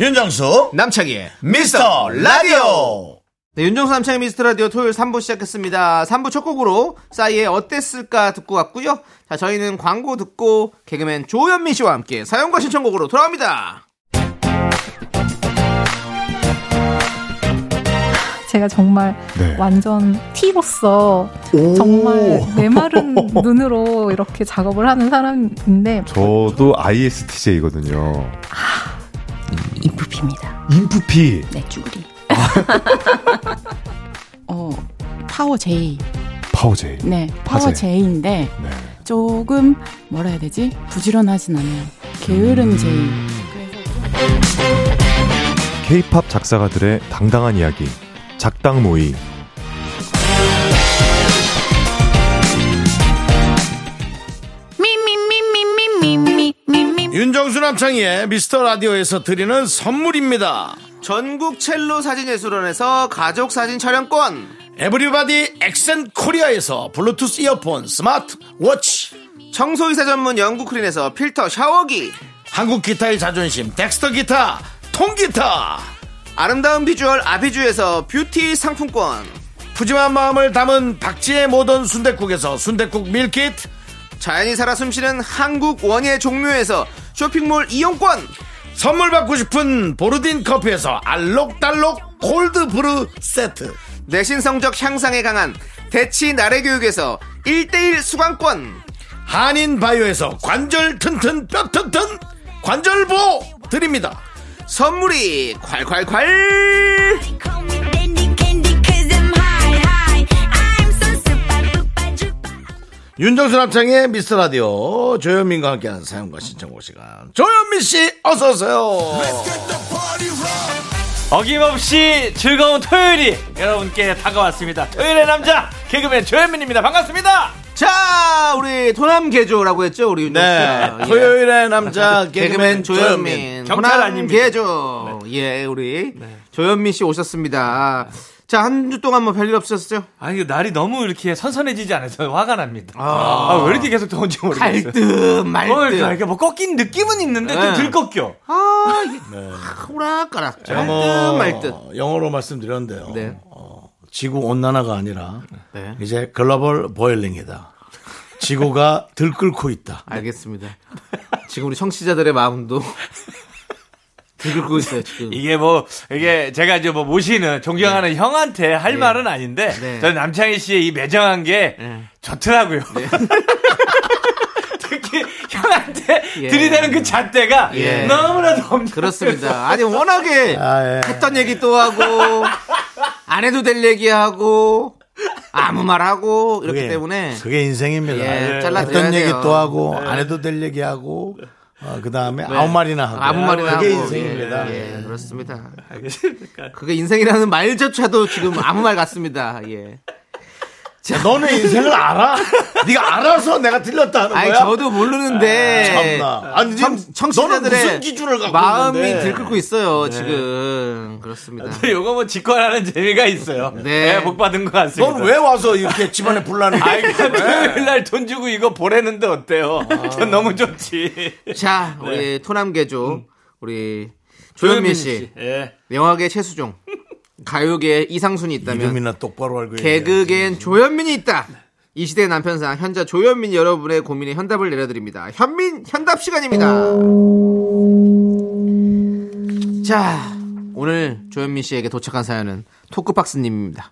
윤정수 남창희의 미스터 라디오 네, 윤정수 남창희 미스터라디오 토요일 3부 시작했습니다. 3부 첫 곡으로 싸이의 어땠을까 듣고 왔고요. 자, 저희는 광고 듣고 개그맨 조현민 씨와 함께 사연과 신청곡으로 돌아옵니다. 제가 정말 네. 완전 티로서 정말 메마른 눈으로 이렇게 작업을 하는 사람인데 저도 ISTJ거든요. 인프피입니다. 인프피. 네, 쭈구리. 어, 파워 J. 파우제이. 네, 파워 파제. J인데 네. 조금 뭐라 해야 되지? 부지런하진 않아요. 게으른 J. K-팝 작사가들의 당당한 이야기. 작당 모의. 미미미미미미미미 윤정수 남창희의 미스터 라디오에서 드리는 선물입니다 전국 첼로 사진예술원에서 가족 사진 촬영권. 에브리바디 엑센 코리아에서 블루투스 이어폰 스마트 워치 청소이사 전문 영국 크린에서 필터 샤워기. 한국 기타의 자존심 덱스터 기타 통기타 아름다운 비주얼 아비주에서 뷰티 상품권. 푸짐한 마음을 담은 박지의 모던 순댓국에서순댓국 밀키트 자연이 살아 숨쉬는 한국 원예 종묘에서 쇼핑몰 이용권. 선물 받고 싶은 보르딘 커피에서 알록달록 골드브루 세트 내신 성적 향상에 강한 대치 나래 교육에서 1대1 수강권. 한인 바이오에서 관절 튼튼 뼈 튼튼 관절보 드립니다 선물이 콸콸콸! Call me dandy candy cause I'm high high I'm so super duper duper 윤정수 남창의 미스터 라디오 조현민과 함께하는 사연과 신청곡 시간 조현민 씨 어서 오세요 어김없이 즐거운 토요일이 여러분께 다가왔습니다. 토요일의 남자 개그맨 조현민입니다. 반갑습니다. 자, 우리 도남개조라고 했죠, 우리 윤정 네 씨. 예. 토요일의 남자 개그맨 개그맨 조현민 조현민. 경찰 호남 아닙니다. 개조. 예, 우리 조현민 씨 오셨습니다. 자, 한 주 동안 뭐 별일 없으셨죠? 아니 날이 너무 이렇게 선선해지지 않아서 화가 납니다. 아, 왜 이렇게 계속 더운지 모르겠어요. 갈등, 어, 이렇게, 말등. 이렇게 뭐 꺾인 느낌은 있는데 네. 좀 덜 꺾여. 아, 이게 아, 오락가락. 제가 갈등, 뭐 말등. 영어로 말씀드렸는데요 네. 어, 지구 온난화가 아니라 네. 이제 글로벌 보일링이다 지구가 들끓고 있다 알겠습니다. 지금 우리 청취자들의 마음도 들고 있어요, 지금. 이게 뭐 네. 이게 제가 이제 뭐 모시는 존경하는 형한테 할 말은 아닌데 네. 저는 남창희 씨의 이 매정한 게 좋더라고요. 네. 특히 형한테 예. 들이대는 그 잣대가 예. 너무나도 없는 그렇습니다. 아니 워낙에 아, 예. 했던 얘기 또 하고 안 해도 될 얘기하고 아무 말 하고 이렇기 때문에 그게 인생입니다. 예, 잘라드려야 했던 얘기 돼요. 예. 또 하고 안 해도 될 얘기하고 어, 그 다음에 아무 말이나 하고 네. 아무 말이나 그게 하고 인생입니다. 예, 예, 그렇습니다. 그게 인생이라는 말조차도 지금 아무 말 같습니다. 예. 자, 너네 인생을 알아? 네가 알아서 내가 틀렸다 하는 아니 거야? 저도 모르는데 참나. 아니 지금 청, 청취자들의 너는 무슨 기준을 갖고 마음이 있는데? 네. 들끓고 있어요 지금 그렇습니다. 요거 뭐 직관하는 재미가 있어요. 네. 네, 복 받은 것 같습니다. 넌 왜 와서 이렇게 집안에 분란을 아이 토요일 날 돈 주고 이거 보내는데 어때요? 아. 전 너무 좋지. 자 네. 우리 토남개조 음. 우리 조현민 씨. 예. 영화계 최수종, 가요계 이상순이 있다면 이름이나 똑바로 알고 네, 개그계엔 조현민이 있다. 네. 이 시대의 남편상 현자 조현민 여러분의 고민에 현답을 내려드립니다. 현민 현답 시간입니다. 자, 오늘 조현민 씨에게 도착한 사연은 토크박스님입니다.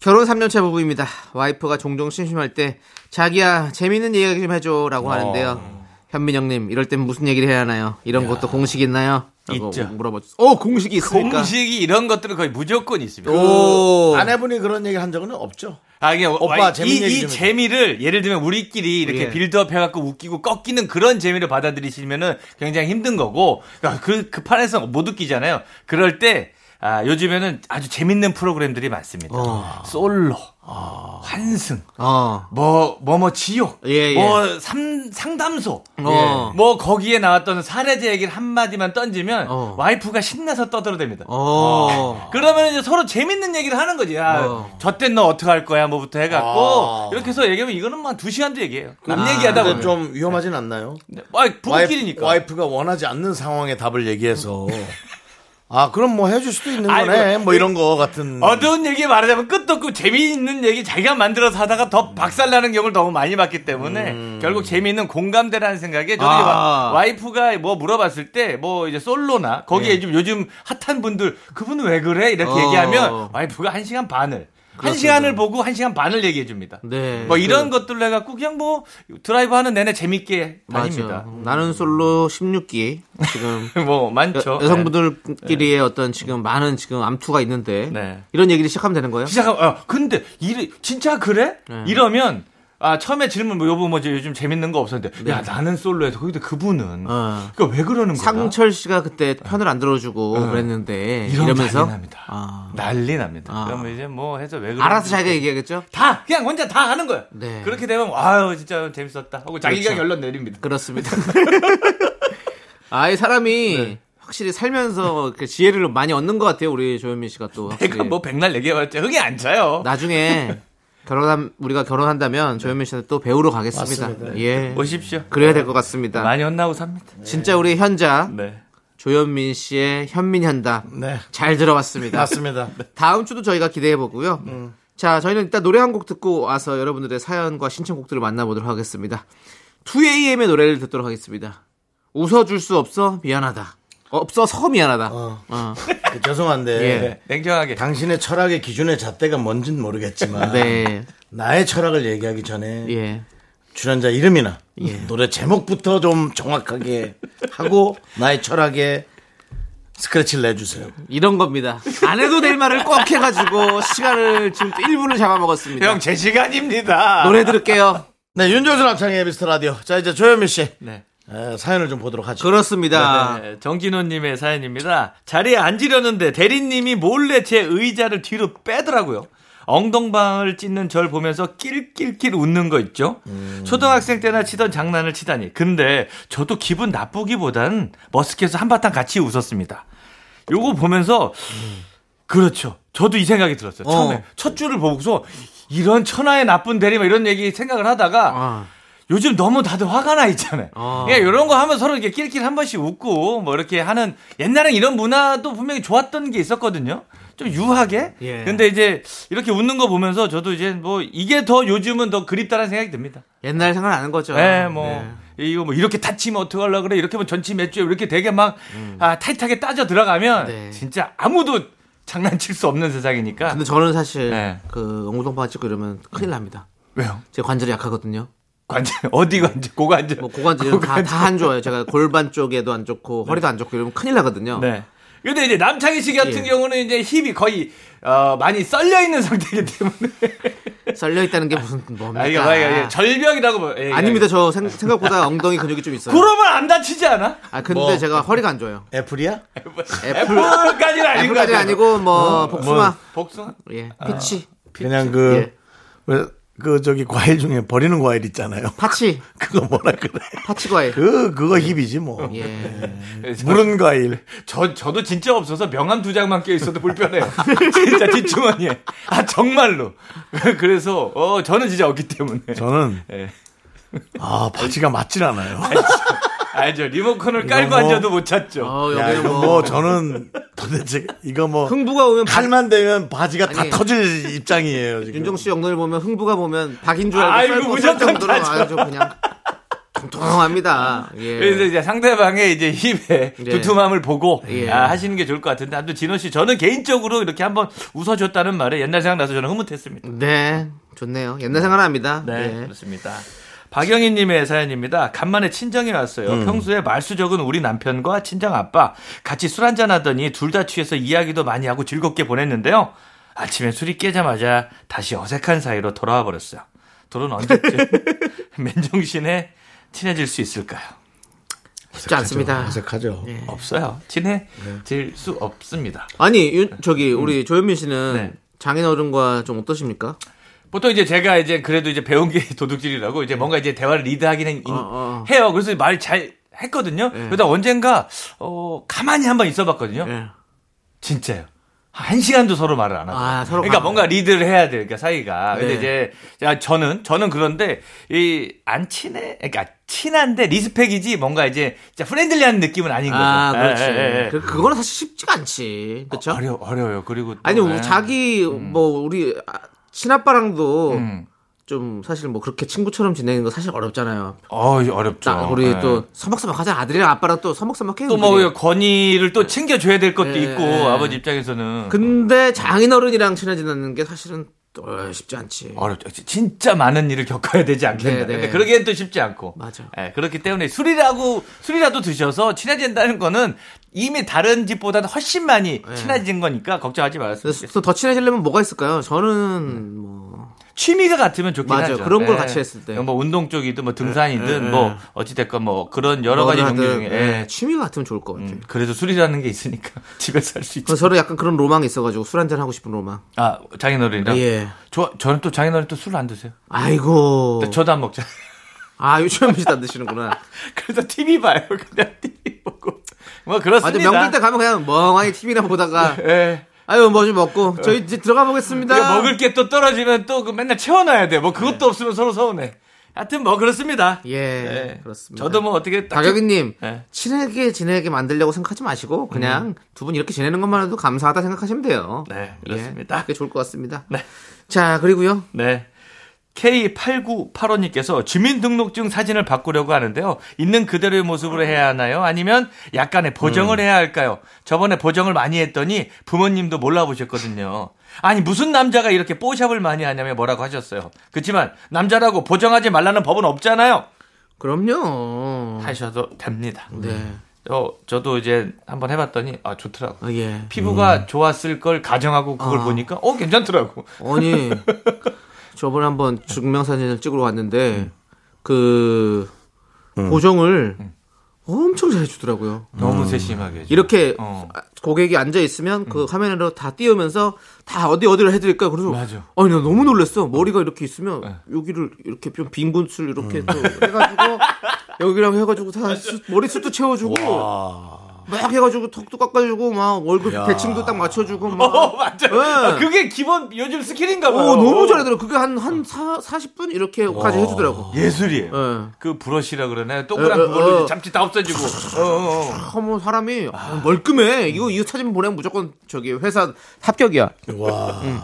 결혼 3년차 부부입니다. 와이프가 종종 심심할 때 자기야 재밌는 얘기 좀 해줘라고 하는데요. 현민 형님 이럴 땐 무슨 얘기를 해야 하나요? 이런 것도 공식 있나요? 라고 있죠. 물어봤죠. 어 공식이 아. 있습니까? 공식이 이런 것들은 거의 무조건 있습니다. 오. 아내분이 그런 얘기 한 적은 없죠? 아, 이게 오빠, 와, 이- 재밌는 얘기 이, 좀 해줘. 재미를 예를 들면 우리끼리 이렇게 예. 빌드업 해갖고 웃기고 꺾이는 그런 재미를 받아들이시면은 굉장히 힘든 거고 그러니까 그, 그 판에서 못 웃기잖아요. 그럴 때 아, 요즘에는 아주 재밌는 프로그램들이 많습니다. 어. 솔로, 아. 환승, 어. 뭐, 뭐, 뭐, 지옥, 예, 예. 뭐, 삼, 상담소, 어. 뭐, 거기에 나왔던 사례제 얘기를 한마디만 던지면 어. 와이프가 신나서 떠들어댑니다. 어. 그러면 이제 서로 재밌는 얘기를 하는 거지. 야, 어. 저땐 너 어떻게 할 거야? 뭐부터 해갖고. 아. 그 이렇게 해서 얘기하면 이거는 뭐 막두 시간도 얘기해요. 남 아, 얘기하다 근데 보면. 좀. 좀 위험하진 않나요? 아, 부부끼리니까. 와이프, 가 원하지 않는 상황에 답을 얘기해서 아 그럼 뭐 해줄 수도 있는 아이고, 아, 네. 거네 뭐 이런 거 음. 같은 어두운 얘기 말하자면 끝도 없고 재미있는 얘기 자기가 만들어서 하다가 음. 더 박살나는 경우를 너무 많이 봤기 때문에 결국 재미있는 공감대라는 생각에 저도 아. 이제 와- 와이프가 뭐 물어봤을 때 뭐 이제 솔로나 거기에 요즘, 요즘 핫한 분들 그분은 왜 그래? 이렇게 예. 어. 얘기하면 와이프가 한 시간 반을 한 시간을 보고 한 시간 반을 얘기해 줍니다. 네. 뭐 이런 것들로 해갖고 그냥 뭐 드라이브 하는 내내 재밌게 아, 맞습니다. 다닙니다. 나는 솔로 16기 지금 뭐 많죠. 여, 성분들끼리의 어떤 지금 많은 지금 암투가 있는데 네. 이런 얘기를 시작하면 되는 거예요? 네. 시작하면 아, 근데 이래 진짜 그래? 네. 이러면 아 처음에 질문 뭐 여보 뭐지 요즘 재밌는 거 없었는데 야 나는 솔로에서 거기다 그분은 네. 어. 그러니까 왜 그러는 거야? 상철 씨가 그때 편을 안 들어주고 그랬는데 네. 이러면 이러면서 난리 납니다. 아. 난리 납니다. 아. 그러면 이제 뭐 해서 왜 그래? 알아서 자기가 얘기하겠죠? 다 그냥 혼자 다 하는 거예요. 네. 그렇게 되면 아유 진짜 재밌었다 하고 자기가 그렇죠. 결론 내립니다. 그렇습니다. 아이 사람이 네. 확실히 살면서 이렇게 지혜를 많이 얻는 것 같아요. 우리 조현민 씨가 또 내가 확실히 뭐 백날 얘기해봤자 흥이 안 차요. 예. 나중에 결혼한 우리가 결혼한다면 조현민 씨한테 또 배우러 가겠습니다. 예, 오십시오. 그래야 될 것 같습니다. 많이 혼나고 삽니다. 진짜 우리 현자 네. 조현민 씨의 현민현답 네 잘 들어봤습니다. 맞습니다 다음 주도 저희가 기대해 보고요. 자, 저희는 일단 노래 한 곡 듣고 와서 여러분들의 사연과 신청곡들을 만나보도록 하겠습니다. 2AM의 노래를 듣도록 하겠습니다. 웃어줄 수 없어 미안하다. 없어서 미안하다. 어. 어. 그, 죄송한데 예. 네, 냉정하게. 당신의 철학의 기준의 잣대가 뭔진 모르겠지만 네, 나의 철학을 얘기하기 전에 예. 출연자 이름이나 예. 노래 제목부터 좀 정확하게 하고 나의 철학에 스크래치를 내주세요 이런 겁니다. 안 해도 될 말을 꼭 해가지고 시간을 지금 또 1분을 잡아먹었습니다. 형, 제 시간입니다. 노래 들을게요. 네 윤정수 남창의 미스터 라디오 자 이제 조현민 씨 네. 에, 사연을 좀 보도록 하죠 그렇습니다. 네, 정진호님의 사연입니다. 자리에 앉으려는데 대리님이 몰래 제 의자를 뒤로 빼더라고요. 엉덩방을 찢는 절 보면서 낄낄낄 웃는 거 있죠? 음. 초등학생 때나 치던 장난을 치다니. 근데 저도 기분 나쁘기보단 머쓱해서 한바탕 같이 웃었습니다. 요거 보면서 그렇죠. 저도 이 생각이 들었어요. 처음에 첫 줄을 보고서 이런 천하의 나쁜 대리 막 이런 얘기 생각을 하다가 아. 요즘 너무 다들 화가 나 있잖아요. 아. 예, 이런 거 하면 서로 이렇게 낄낄 한 번씩 웃고 뭐 이렇게 하는 옛날엔 이런 문화도 분명히 좋았던 게 있었거든요. 좀 유하게. 예. 근데 이제 이렇게 웃는 거 보면서 저도 이제 뭐 이게 더 요즘은 더 그립다라는 생각이 듭니다. 옛날 생각나는 거죠. 예, 뭐 네. 이거 뭐 이렇게 다치면 어떡 하려 그래? 이렇게 뭐 전치 몇 주에 이렇게 되게 막 아, 타이트하게 따져 들어가면 음. 네. 진짜 아무도 장난칠 수 없는 세상이니까. 근데 저는 사실 네. 그 엉덩방 찍고 이러면 큰일 납니다. 왜요? 제 관절이 약하거든요. 관절 어디 관절? 고관절. 뭐 고관절 다다안 좋아요. 제가 골반 쪽에도 안 좋고 허리도 안 좋고 이러면 큰일 나거든요. 네. 근데 이제 남창희 씨 같은 예. 경우는 이제 힙이 거의 어, 많이 썰려 있는 상태이기 때문에 썰려 있다는 게 무슨 뭡니까? 아, 이거 봐, 이거 예, 절벽이라고 봐. 예, 닙니다 예. 저 생, 각보다 엉덩이 근육이 좀 있어요. 그러면 안 다치지 않아? 아 근데 뭐. 제가 허리가 안 좋아요. 애플이야? 애플 애플까지는 아닌 것 애플까지 같아요. 아니고 뭐 복숭아 복숭아. 예 피치 그냥 그 예. 왜, 그 저기 과일 중에 버리는 과일 있잖아요. 파치 그거 뭐라 그래? 파치 과일. 그 그거 힙이지 뭐. 예. 물은 과일. 저 저도 진짜 없어서 명함 두 장만 껴 있어도 불편해요. 진짜 뒷주머니에. 아 정말로. 그래서 어 저는 진짜 없기 때문에. 저는 예. 아 바지가 맞질 않아요. 알죠. 리모컨을 이거 깔고 뭐- 앉아도 못 찾죠. 어 야, 여기 이거 뭐, 뭐 저는 도대체 이거 뭐 흥부가 오면 박- 칼만 되면 바지가 다 아니. 터질 입장이에요 지금. 윤정 씨 엉덩이 보면 흥부가 보면 박인 줄 알고 아이고, 썰고 썰 무조건 정도로 다죠. 아주 그냥 통통합니다. 예. 그래서 이제 상대방의 이제 힙의 예. 두툼함을 보고 예. 아, 하시는 게 좋을 것 같은데 아무튼 진호 씨 저는 개인적으로 이렇게 한번 웃어줬다는 말에 옛날 생각나서 저는 흐뭇했습니다. 네, 좋네요. 옛날 생각납니다. 네, 예. 그렇습니다. 박영희님의 사연입니다. 간만에 친정에 왔어요. 평소에 말수적은 우리 남편과 친정 아빠 같이 술 한잔 하더니 둘 다 취해서 이야기도 많이 하고 즐겁게 보냈는데요. 아침에 술이 깨자마자 다시 어색한 사이로 돌아와 버렸어요. 둘은 언제쯤 맨정신에 친해질 수 있을까요? 쉽지 않습니다. 어색하죠. 없어요. 네. 친해질 수 없습니다. 아니 윤- 저기 우리 조현민 씨는 음. 네. 장인어른과 좀 어떠십니까? 보통 이제 제가 이제 그래도 이제 배운 게 도둑질이라고 이제 뭔가 이제 대화를 리드하긴 해- 어, 네. 어. 해요. 그래서 말 잘 했거든요. 그러다 언젠가 어 가만히 한번 있어봤거든요. 예. 진짜요. 한 시간도 서로 말을 안 하고. 아, 서로 그러니까 가- 뭔가 리드를 해야 돼. 그러니까 사이가. 근데 네. 이제 야, 저는 저는 그런데 이 안 친해. 그러니까 친한데 리스펙이지 뭔가 이제 진짜 프렌들리한 느낌은 아닌 거죠. 아 그렇지. 예, 예, 예. 그 그거는 사실 쉽지가 않지. 그렇죠? 어려 어려요. 그리고 또, 아니 예. 우리 자기 뭐 우리 아, 친아빠랑도 음. 좀 사실 뭐 그렇게 친구처럼 지내는 거 사실 어렵잖아요. 어 어렵죠. 나 우리 예. 또 서먹서먹하자 아들이랑 아빠랑 또 서먹서먹해. 또 뭐 권위를 또 챙겨줘야 될 것도 예, 있고 예. 아버지 입장에서는 근데 장인어른이랑 친해지는 게 사실은 또 어, 쉽지 않지. 어렵죠. 진짜 많은 일을 겪어야 되지 않겠나. 네, 네. 근데 그러기엔 또 쉽지 않고. 맞아. 예, 그렇기 때문에 술이라고 술이라도 드셔서 친해진다는 거는 이미 다른 집보다는 훨씬 많이 네. 친해진 거니까 걱정하지 말았으면 좋겠어요. 또 더 친해지려면 뭐가 있을까요? 네. 저는 뭐 취미가 같으면 좋긴 맞아요. 하죠. 그런 걸 예. 같이 했을 네, 때. 뭐 운동 쪽이든 뭐 등산이든 뭐 어찌됐건 뭐 그런 여러 가지 뭐를 종류 하든, 중에 예, 예. 취미 같으면 좋을 것 같아요. 그래도 술이라는 게 있으니까 집에서 할 수 있죠. 그래서 저는 약간 그런 로망이 있어가지고 술 한잔 하고 싶은 로망. 아 장인어른이랑. 그 예. 저 저는 또 장인어른 또 술을 안 드세요. 아이고. 근데 저도 안 먹죠. 아 요즘 미시 안 드시는구나. 아, 그래서 TV 봐요. 그냥 TV 보고. 뭐 그렇습니다. 맞아 명절 때 가면 그냥 멍하니 TV나 보다가 예. 아유 뭐 좀 먹고 저희 이제 들어가 보겠습니다. 먹을 게 또 떨어지면 또그 맨날 채워놔야 돼. 뭐 그것도 없으면 서로 서운해. 하여튼 뭐 그렇습니다. 네. 예, 예. 그렇습니다. 저도 뭐 어떻게 딱 박여기님 예. 친하게 지내게 만들려고 생각하지 마시고 그냥 두 분 이렇게 지내는 것만 해도 감사하다 생각하시면 돼요. 음. 네, 예, 그렇습니다. 그게 좋을 것 같습니다. 네. 자 그리고요. 네. K8985님께서 주민등록증 사진을 바꾸려고 하는데요. 있는 그대로의 모습으로 해야 하나요? 아니면 약간의 보정을 해야 할까요? 저번에 보정을 많이 했더니 부모님도 몰라보셨거든요. 아니, 무슨 남자가 이렇게 뽀샵을 많이 하냐며 뭐라고 하셨어요. 그렇지만 남자라고 보정하지 말라는 법은 없잖아요. 그럼요. 아, 하셔도 됩니다. 네. 어, 저도 이제 한번 해봤더니 아 좋더라고. 아, 예. 피부가 좋았을 걸 가정하고 그걸 아. 음. 보니까 어 괜찮더라고. 아니 저번에 한번 증명사진을 찍으러 음. 왔는데 그 보정을 음. 엄청 잘 해주더라고요. 너무 세심하게. 해줘. 이렇게 어. 고객이 앉아 있으면 그 화면으로 다 띄우면서 다 어디 어디를 해드릴까 그래서 맞아. 아니 나 너무 놀랐어 네. 머리가 이렇게 있으면 여기를 이렇게 좀 빈 곳을 이렇게 또 해가지고 여기랑 해가지고 다 수- 머리숱도 채워주고 아, 막 해가지고 턱도 깎아주고 막 얼굴 대칭도 딱 맞춰주고 막 어 맞아. 예. 아, 그게 기본 요즘 스킬인가 봐요. 어. 오, 너무 잘하더라고. 그게 한, 한 사, 40분? 이렇게까지 해주더라고. 예술이에요. 예. 그 브러쉬라 그러네. 동그란 에, 에, 그걸로 에. 이제 잡지 다 없애지고. 어, 어, 어. 아, 뭐, 사람이, 아, 멀끔해. 이거, 이거 찾으면 보내면 무조건 저기 회사 합격이야. 와. 음.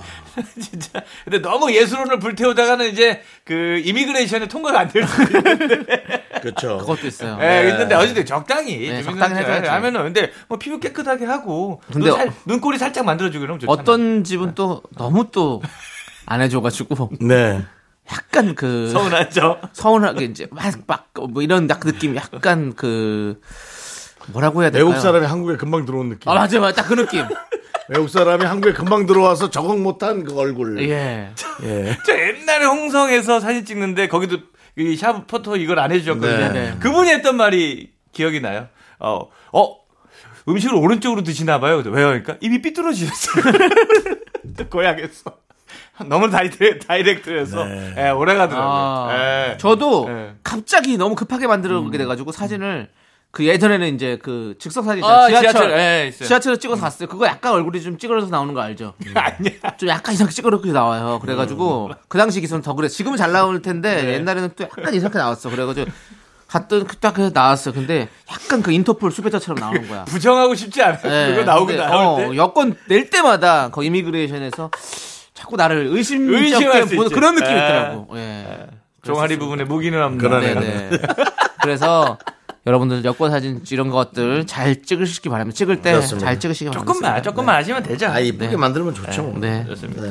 진짜. 근데 너무 예술혼을 불태우다가는 이제 그 이미그레이션에 통과가 안 될 수도 있는데. 그렇죠. 그것도 있어요. 예, 있는데 어쨌든 적당히 네, 주민 적당히 등록증 해줘야지. 하면은 근데 뭐 피부 깨끗하게 하고 근데 눈 살- 어- 눈꼬리 살짝 만들어주고 이러면 좋잖아요. 네. 어떤 집은 또, 너무 또, 안 해줘가지고, 네. 약간 그, 서운하죠. 서운하게 이제, 막, 막, 뭐 이런 딱 느낌, 약간 그, 뭐라고 해야 될까요? 외국 사람이 한국에 금방 들어온 느낌. 아, 맞아요. 맞아요. 딱 그 느낌. 외국 사람이 한국에 금방 들어와서 적응 못한 그 얼굴. 예. 예. 저 옛날에 홍성에서 사진 찍는데 거기도 이 샤브 포토 이걸 안 해주셨거든요. 네. 네. 그분이 했던 말이 기억이 나요. 어, 어 음식을 오른쪽으로 드시나 봐요. 그래서 왜요? 그러니까 입이 삐뚤어지셨어요. 고약했어. 너무 다이렉, 다이렉트해서 예, 오래 가더라고요. 네. 아, 예. 저도 예. 음. 갑자기 너무 급하게 만들어게 돼가지고 사진을 그 예전에는 이제 그 즉석 사진 아, 있잖아요. 지하철, 네, 지하철, 예, 있어요. 지하철을 찍어서 갔어요. 그거 약간 얼굴이 좀 찌그러져서 나오는 거 알죠? 아니야. 좀 약간 이상하게 찌그럽게 나와요. 그래가지고 음. 그 당시 기술은 더 그래. 지금은 잘 나올 텐데 네. 옛날에는 또 약간 이상하게 나왔어. 그래가지고 갔던 그딱 나왔어. 근데 약간 그 인터폴 수배자처럼 나오는 거야. 부정하고 싶지 않아요. 예, 그거 나오고 근데, 나올 때. 어, 여권 낼 때마다 거 이미그레이션에서 자꾸 나를 의심할 의심적게 수 보는 있지. 그런 예. 느낌이 있더라고. 예. 종아리 부분에 무기는 합니다. 네네. 그래서 여러분들 여권 사진 이런 것들 잘 찍으시기 바랍니다. 찍을 때 잘 찍으시기 바랍니다. 조금만, 조금만 하시면 되죠. 아, 이쁘게 만들면 좋죠. 네. 그렇습니다.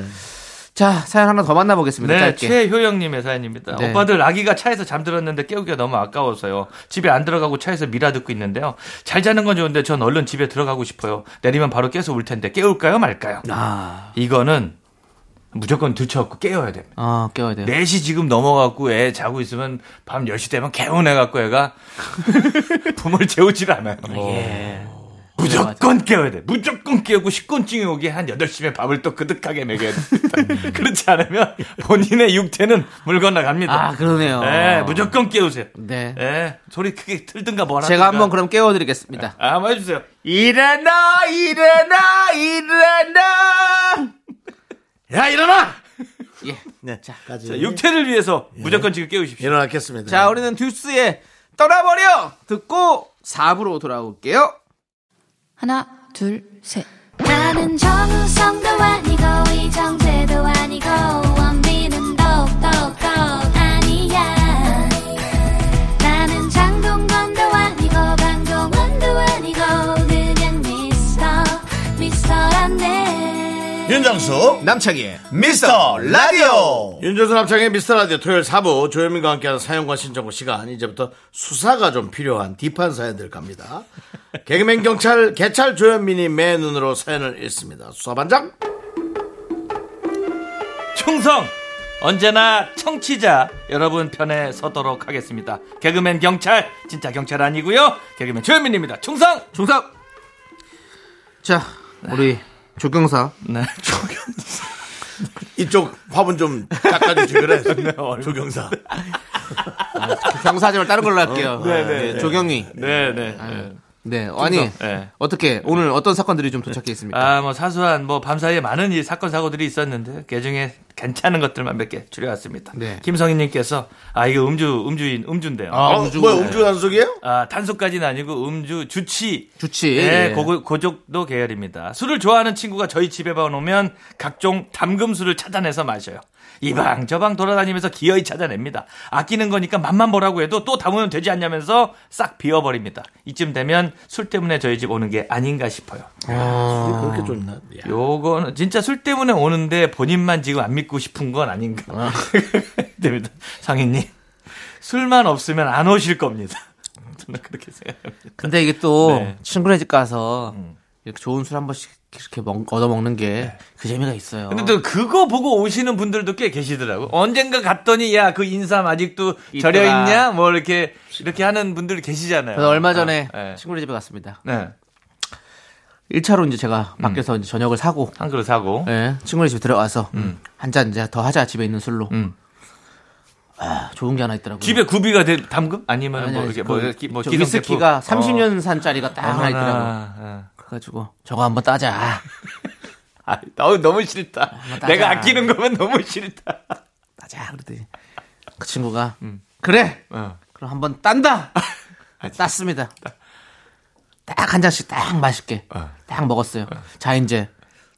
자, 사연 하나 더 만나보겠습니다. 네, 짧게. 최효영님의 사연입니다. 네. 오빠들 아기가 차에서 잠들었는데 깨우기가 너무 아까워서요. 집에 안 들어가고 차에서 미라 듣고 있는데요. 잘 자는 건 좋은데 전 얼른 집에 들어가고 싶어요. 내리면 바로 깨서 울 텐데 깨울까요 말까요? 아. 이거는 무조건 들쳐갖고 깨워야 됩니다. 아, 깨워야 돼요. 4시 지금 넘어갖고 애 자고 있으면 밤 10시 되면 개운해갖고 애가 부모를 재우질 않아요. 예. 무조건 깨워야 돼. 무조건 깨우고 식곤증이 오게 한 8시에 밥을 또 그득하게 먹여야 음. 됩니다. 그렇지 않으면 본인의 육체는 물 건너갑니다. 아, 그러네요. 예, 무조건 깨우세요. 네. 예, 소리 크게 틀든가 뭐라. 제가 한번 그럼 깨워드리겠습니다. 아, 한번 해주세요. 네. 일어나, 일어나, 일어나. 야 일어나. 예. 네, 까지 자, 육체를 위해서 무조건 지금 깨우십시오. 일어났겠습니다. 자, 우리는 듀스의 떠나버려! 듣고 4부로 돌아올게요. 하나, 둘, 셋. 나는 정우성도 아니고 이정재도 아니고 원빈은 더욱더 아니야 나는 장동건도 아니고 강동원도 아니고 그냥 미스터 미스터란데 윤정수 남창희의 미스터 라디오! 윤정수 남창의 미스터 라디오 토요일 4부 조현민과 함께하는 사연과 신청곡 시간 이제부터 수사가 좀 필요한 딥한 사연들 갑니다. 개그맨 경찰 개찰 조현민이 매 눈으로 사연을 읽습니다. 수사반장 충성! 언제나 청취자 여러분 편에 서도록 하겠습니다. 개그맨 경찰, 진짜 경찰 아니고요 개그맨 조현민입니다. 충성! 중섭! 자, 우리 조경사. 네. 이쪽 화분 좀 깎아주지 그래 조경사 경사하지 말고 다른 걸로 할게요. 네, 네, 조경이. 네, 네. 네. 네, 아니. 네. 어떻게, 오늘 어떤 사건들이 좀 도착해 있습니까? 아, 뭐 사소한 뭐 밤사이에 많은 일 사건 사고들이 있었는데 그 중에 괜찮은 것들만 몇 개 줄여왔습니다. 네. 김성희 님께서 아, 이거 음주 음주인 음주인데요. 아, 음주. 뭐야 음주 단속이에요? 아, 단속까지는 아니고 음주 주치. 주치. 예, 예. 고, 고족도 계열입니다. 술을 좋아하는 친구가 저희 집에만 오면 각종 담금술을 찾아내서 마셔요. 이방 저방 돌아다니면서 기어이 찾아냅니다. 아끼는 거니까 맛만 보라고 해도 또 담으면 되지 않냐면서 싹 비워버립니다. 이쯤 되면 술 때문에 저희 집 오는 게 아닌가 싶어요. 아. 그렇게 좋나? 야. 요거는 진짜 술 때문에 오는데 본인만 지금 안 믿고 싶은 건 아닌가. 됩니다. 상인님. 술만 없으면 안 오실 겁니다. 저는 그렇게 생각합니다. 근데 이게 또 네. 음. 친구네 집 가서 이렇게 좋은 술 한 번씩 이렇게 먹, 얻어먹는 게 그 재미가 있어요. 네. 근데 또 그거 보고 오시는 분들도 꽤 계시더라고. 언젠가 갔더니 야 그 인삼 아직도 있더라. 절여 있냐? 뭐 이렇게 이렇게 하는 분들 계시잖아요. 저는 얼마 전에 아, 네. 친구네 집에 갔습니다. 네. 1차로 이제 제가 음. 밖에서 이제 저녁을 사고 한 그릇 사고. 예, 친구네 집에 들어가서 한 잔 이제 더 하자 집에 있는 술로. 음. 아, 좋은 게 하나 있더라고요. 집에 구비가 된 담금? 아니면 아니, 뭐 아니, 이렇게 그 뭐 이렇게 뭐 저 기름 위스키가 제품? 30년 산짜리가 딱 어. 하나 있더라고요. 아, 그래가지고 저거 한번 따자. 아. 아, 너무 너무 싫다. 따자. 내가 아끼는 거면 너무 싫다. 따자 그러더니 그 친구가 음. 그래 그럼 한번 딴다 땄습니다 딱 한 잔씩 딱 맛있게 딱 먹었어요 자 이제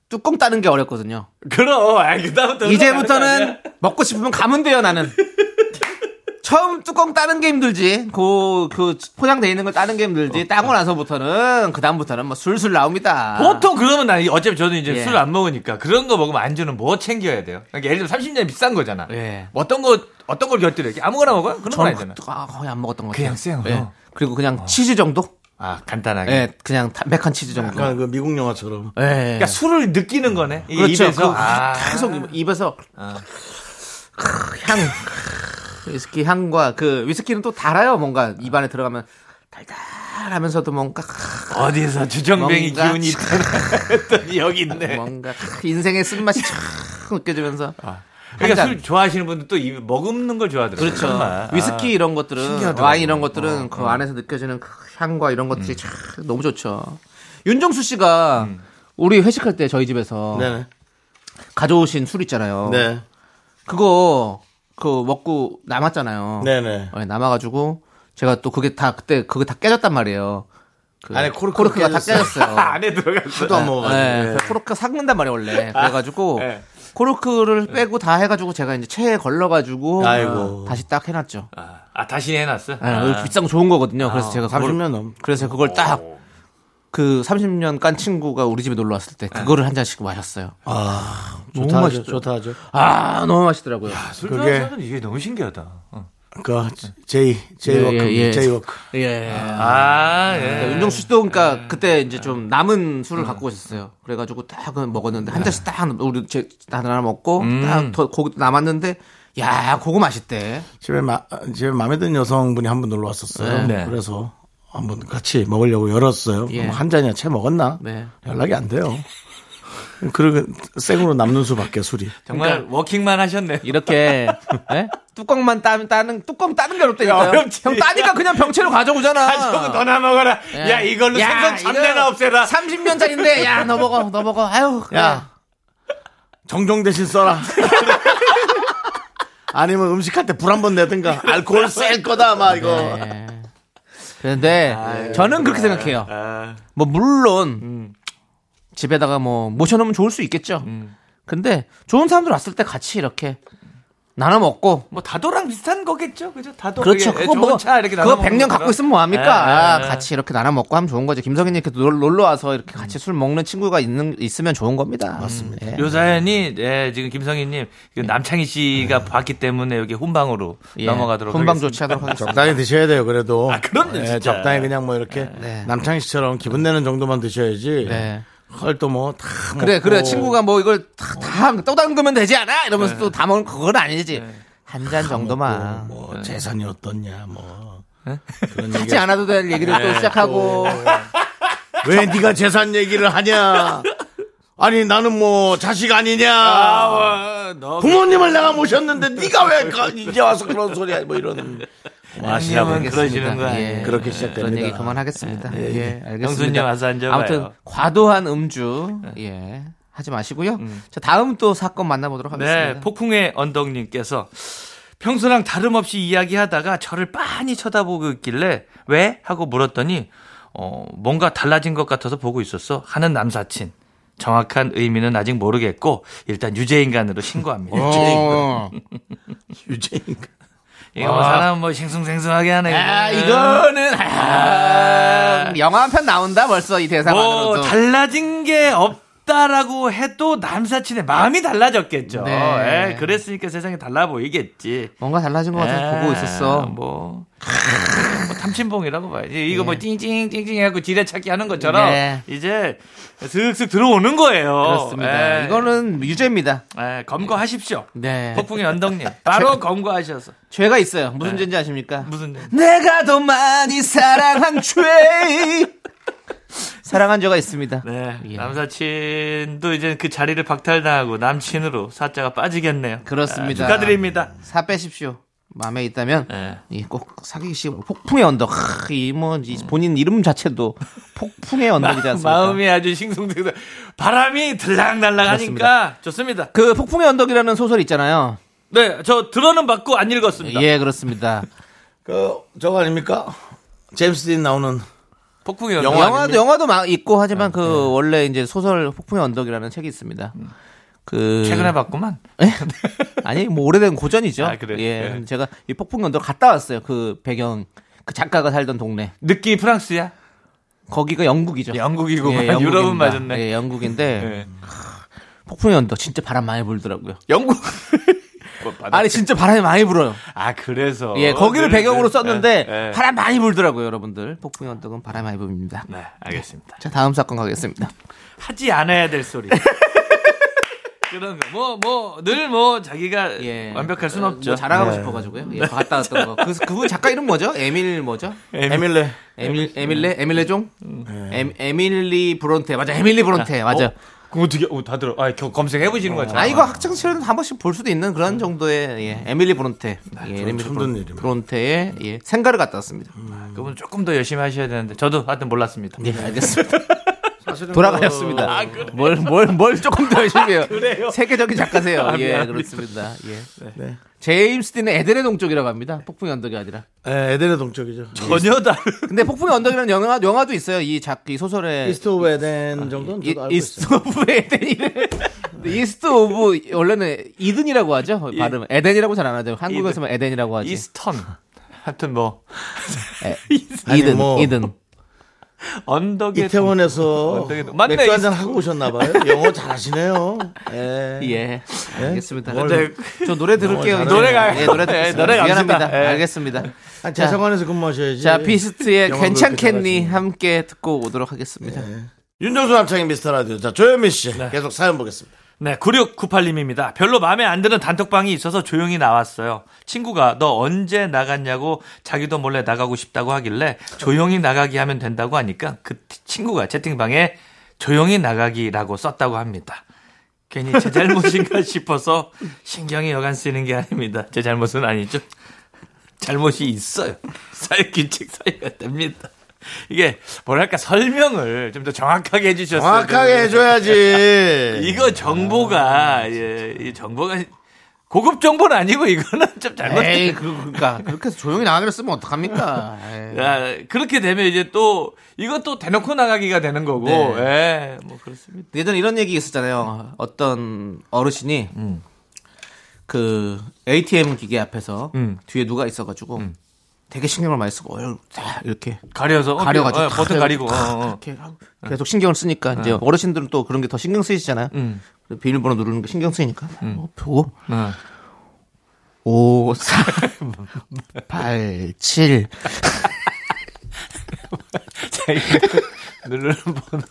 뚜껑 따는 게 어렵거든요 그럼 아, 그다음부터 어, 이제부터는 먹고 싶으면 가면 돼요 나는 처음 뚜껑 따는 게 힘들지 그, 그 포장돼 있는 걸 따는 게 힘들지 따고 나서부터는 그 다음부터는 뭐 술술 나옵니다 보통 그러면 나 어차피 저는 이제 예. 술 안 먹으니까 그런 거 먹으면 안주는 뭐 챙겨야 돼요? 그러니까 예를 들면 30년 비싼 거잖아. 예. 뭐 어떤 거 어떤 걸 곁들여? 이렇게 아무거나 먹어요? 그런 건 저는 아니잖아. 그- 아, 거의 안 먹었던 것 같아요 그냥 생으로? 예. 그리고 그냥 치즈 정도 아 간단하게. 예, 그냥 담백한 치즈 정도 약간 그 미국 영화처럼 예, 예. 그러니까 술을 느끼는 거네. 이 그렇죠. 입에서 그 아. 계속 입- 입에서 크, 향 위스키 향과 그 위스키는 또 달아요. 뭔가 입안에 들어가면 달달하면서도 뭔가 크, 어디서 주정뱅이 뭔가 기운이 있더라 했더니 여기 있네. 뭔가 크, 인생의 쓴맛이 촥 느껴지면서 한 그러니까 잔. 술 좋아하시는 분들 또이 머금는 걸 좋아하더라고요. 그렇죠. 정말. 위스키 아. 이런 것들은 신기하더라고요. 어, 음. 와인 이런 것들은 그 안에서 느껴지는 그 향과 이런 것들이 촥 너무 좋죠. 윤정수 씨가 우리 회식할 때 저희 집에서 네네 가져오신 술 있잖아요. 네 그거 그 먹고 남았잖아요. 네네 예, 남아가지고 제가 또 그게 다 그때 그게 다 깨졌단 말이에요. 그 안에 코르크가 코르크가 다 깨졌어요. 아, 안에 들어갔어. 또안 먹어가지고 예. 아, 네, 코르크가 삭는단 말이에요 원래. 그래가지고 예. 코르크를 빼고 다 해가지고 제가 이제 체에 걸러가지고 예. 아이고. 아, 다시 딱 해놨죠. 아, 아, 다시 해놨어. 예, 비싼 거 좋은 거거든요. 그래서 제가 그걸, 30년 넘 그래서 그걸 딱 그 30년 깐 친구가 우리 집에 놀러 왔을 때 그거를 한 잔씩 마셨어요. 예. 아, 너무 좋다 하죠. 맛있죠. 좋다 하죠. 아, 너무 맛있더라고요. 술 그게- 좋아하는 사람은 이게 너무 신기하다. 어. 그 제이 제이워크 예, 예. 제이워크. 예. 아, 그러니까 예. 윤정수 씨도 그러니까 그때 네. 이제 좀 남은 술을 갖고 오셨어요. 그래가지고 딱 먹었는데 네. 한 잔씩 딱 우리 제 하나 먹고 음. 딱 더 고기 남았는데 야 고거 맛있대. 집에 마, 집에 아, 마음에 드는 여성분이 한 분 놀러 왔었어요. 네. 그래서 한번 같이 먹으려고 열었어요. 예. 뭐한 잔이나 채 먹었나? 네. 연락이 안 돼요. 그러고 생으로 남는 수밖에 술이. 정말 그러니까 워킹만 하셨네. 이렇게 예? 뚜껑만 따, 따는 뚜껑 따는 게 어렵다니까요. 어렵지. 형 따니까 그냥 병채로 가져오잖아. 가지고 너나 먹어라. 예. 야, 이걸로 야, 생선 이거 잡내나 없애라. 30년 짜리인데 야 너 먹어 너 먹어 아유 그래. 야. 정종 대신 써라. 아니면 음식할 때 불 한 번 내든가 알코올 셀 거다 막 이거. 예. 그런데 아, 예. 저는 그렇게 생각해요. 뭐 물론 음. 집에다가 뭐 모셔놓으면 좋을 수 있겠죠. 음. 근데 좋은 사람들 왔을 때 같이 이렇게 나눠 먹고 뭐 다도랑 비슷한 거겠죠, 그죠? 다도 이게 그렇죠. 예, 그거 좋은 뭐 차 이렇게 그거 나눠 100년 먹는 예, 갖고 있으면 뭐 합니까? 아, 같이 이렇게 나눠 먹고 하면 좋은 거죠. 김성현이 이렇게 놀- 놀러 와서 이렇게 같이 술 먹는 친구가 있는 있으면 좋은 겁니다. 맞습니다. 음. 요 사연이 예, 지금 김성희님 이거 남창희 씨가 봤기 때문에 여기 혼방으로 넘어가도록 예. 훈방 하겠습니다. 조치하도록 하겠습니다. 적당히 드셔야 돼요. 그래도. 네, 아, 그럼요, 진짜. 적당히 그냥 뭐 이렇게 남창희 씨처럼 기분 내는 정도만 드셔야지. 네. 헐 또 뭐다 그래 그래 친구가 뭐 이걸 다, 다 떠담그면 되지 않아 네. 이러면서 또 다 먹는 그건 아니지 한 잔 정도만 뭐 재산이 어떻냐 뭐 그런 얘기 하지 않아도 될 얘기를 네, 또 시작하고 왜 네가 재산 얘기를 하냐? 아니 나는 뭐 자식 아니냐? 아, 너 부모님을 내가 모셨는데 네가 왜 가- 이제 와서 그런 소리야? 뭐 이런 아시라면 그러시는 알겠습니다. 거야. 예. 그렇게 그런 얘기 시작됩니다. 그만하겠습니다 예, 알겠습니다 형수님 와서 앉아봐요. 아무튼 과도한 음주 예 하지 마시고요 자 다음 또 사건 만나보도록 하겠습니다 네, 폭풍의 언덕님께서 평소랑 다름없이 이야기하다가 저를 빤히 쳐다보고 있길래 왜? 하고 물었더니 어, 뭔가 달라진 것 같아서 보고 있었어 하는 남사친. 정확한 의미는 아직 모르겠고 일단 유죄인간으로 신고합니다. 어, 유재인 이거 뭐 사람 뭐 싱숭생숭하게 하네. 아, 이거. 이거는 아, 영화 한 편 나온다 벌써 이 뭐 대사만으로도 달라진 게 없다라고 해도 남사친의 마음이 달라졌겠죠. 네. 예, 그랬으니까 세상이 달라 보이겠지. 뭔가 달라진 것 같아서 예, 보고 있었어 뭐, 뭐 탐신봉이라고 봐야지. 예. 이거 뭐 찡찡찡찡 해갖고 지뢰찾기 하는 것처럼 네. 이제 슥슥 들어오는 거예요. 그렇습니다. 예. 이거는 유죄입니다. 예, 검거하십시오. 네. 폭풍의 언덕님 바로 검거하셔서 죄가 있어요. 무슨 죄인지 아십니까? 네. 무슨 내가 더 많이 사랑한 죄. 사랑한 죄가 있습니다. 네 예. 남사친도 이제 그 자리를 박탈당하고 남친으로 사자가 빠지겠네요. 그렇습니다. 예, 축하드립니다. 사 빼십시오. 마음에 있다면 예. 이 꼭 사귀시고 폭풍의 언덕. 이뭐 본인 이름 자체도 폭풍의 언덕이지 않습니까? 마음이 아주 싱숭생숭. 바람이 들락날락 하니까 좋습니다. 그 폭풍의 언덕이라는 소설 있잖아요. 네, 저 들어는 받고 안 읽었습니다. 예, 그렇습니다. 그 저거 아닙니까? 제임스 딘 나오는 폭풍이 영화 영화도 영화도 막 있고 하지만 네. 그 원래 이제 소설 폭풍의 언덕이라는 책이 있습니다. 그 음. 최근에 봤구만. 예? 아니 뭐 오래된 고전이죠. 아, 그래요? 예, 예. 근데 제가 이 폭풍연도 갔다 왔어요. 그 배경 그 작가가 살던 동네. 느낌이 프랑스야. 거기가 영국이죠. 영국이고 예, 유럽은 영국입니다. 맞았네. 예, 영국인데 예. 폭풍연도 진짜 바람 많이 불더라고요. 영국. 아니 진짜 바람이 많이 불어요. 아 그래서 예, 거기를 늘, 배경으로 늘, 썼는데 예, 예. 바람 많이 불더라고요, 여러분들. 폭풍연도는 바람 많이 붑니다. 네, 알겠습니다. 자, 다음 사건 가겠습니다. 하지 않아야 될 소리. 그런 거. 뭐, 뭐, 늘 뭐, 자기가 예. 완벽할 순 어, 없죠. 뭐 자랑하고 싶어가지고요. 예, 갔다 왔던 거. 그, 그분 작가 이름 뭐죠? 에밀 뭐죠? 에밀레 에밀 에밀레 에밀레 종 에- 에밀리 브론테 맞아 에밀리 브론테 맞아 그거 어떻게, 어, 다 들어. 아, 검색해보시는 거죠. 아 이거 학창 시절에도 한 번씩 볼 수도 있는 그런 정도의 예, 에밀리 브론테 예, 에밀리 처음 듣는 이름. 브론테의 예, 생가를 갔다 왔습니다 그분 조금 더 열심히 하셔야 되는데. 저도 하여튼 몰랐습니다. 예 알겠습니다 뭐, 돌아가셨습니다 뭘 뭘 뭘 조금 더 열심히 해요 세계적인 작가세요 예 그렇습니다 예 제임스 딘은 에덴의 동쪽이라고 합니다 폭풍의 언덕이 아니라 예, 에, 에덴의 동쪽이죠. 전혀 다른. 근데 폭풍의 언덕이라는 영화 영화도 있어요 이작이 소설에 이스트 오브 에덴 정도는 이- 저도 알고 있어요. 이스트 오브 에덴이래. 이스트 오브 원래는 이든이라고 하죠 발음. 에덴이라고 잘 안 하죠. 한국에서만 에덴이라고 하지. 이스턴. 하여튼 뭐. 에, 아니, 이든 뭐. 이든. 언덕에 어, 이태원에서 언덕에 동- 맞네. 맥주 한잔 하고 오셨나봐요. 영어 잘하시네요. 예. 예. 알겠습니다. 뭘- 근데 저 노래 들을게요. 뭘 노래가요? 예, 노래 예, 듣겠습니다. 노래가 미안합니다. 없습니다. 예. 알겠습니다. 아, 자, 재상관에서 근무하셔야지. 자, 비스트의 예. 영어 그렇게 괜찮겠니 잘하시네. 함께 듣고 오도록 하겠습니다. 윤정수 남창인 미스터 라디오. 자, 조현민 씨. 계속 사연 보겠습니다. 네, 9698님입니다. 별로 마음에 안 드는 단톡방이 있어서 조용히 나왔어요. 친구가 너 언제 나갔냐고 자기도 몰래 나가고 싶다고 하길래 조용히 나가기 하면 된다고 하니까 그 친구가 채팅방에 조용히 나가기라고 썼다고 합니다. 괜히 제 잘못인가 싶어서 신경이 여간 쓰이는 게 아닙니다. 제 잘못은 아니죠. 잘못이 있어요. 사회 규칙 사회가 됩니다. 이게 뭐랄까 설명을 좀 더 정확하게 해주셨어요. 정확하게 해줘야지. 이거 정보가 예, 이 정보가 고급 정보는 아니고 이거는 좀 잘못. 에이, 그, 그니까. 그렇게 해서 조용히 나가기로 쓰면 어떡합니까? 예. 에이. 야, 아, 그렇게 되면 이제 또 이것도 대놓고 나가기가 되는 거고. 예. 뭐 그렇습니다. 예전에 이런 얘기 있었잖아요. 어떤 어르신이 그 ATM 기계 앞에서 음. 뒤에 누가 있어가지고 되게 신경을 많이 쓰고 얼굴 다 이렇게 가려서 가려가지고 어, 다 버튼 가리고. 다 어, 어. 이렇게 하고 계속 신경을 쓰니까 이제 어르신들은 또 그런 게 더 신경 쓰이시잖아요. 그래서 비밀번호 누르는 게 신경 쓰이니까 어, 보고 어. 5, 4, 8, 7 누르는 번호를.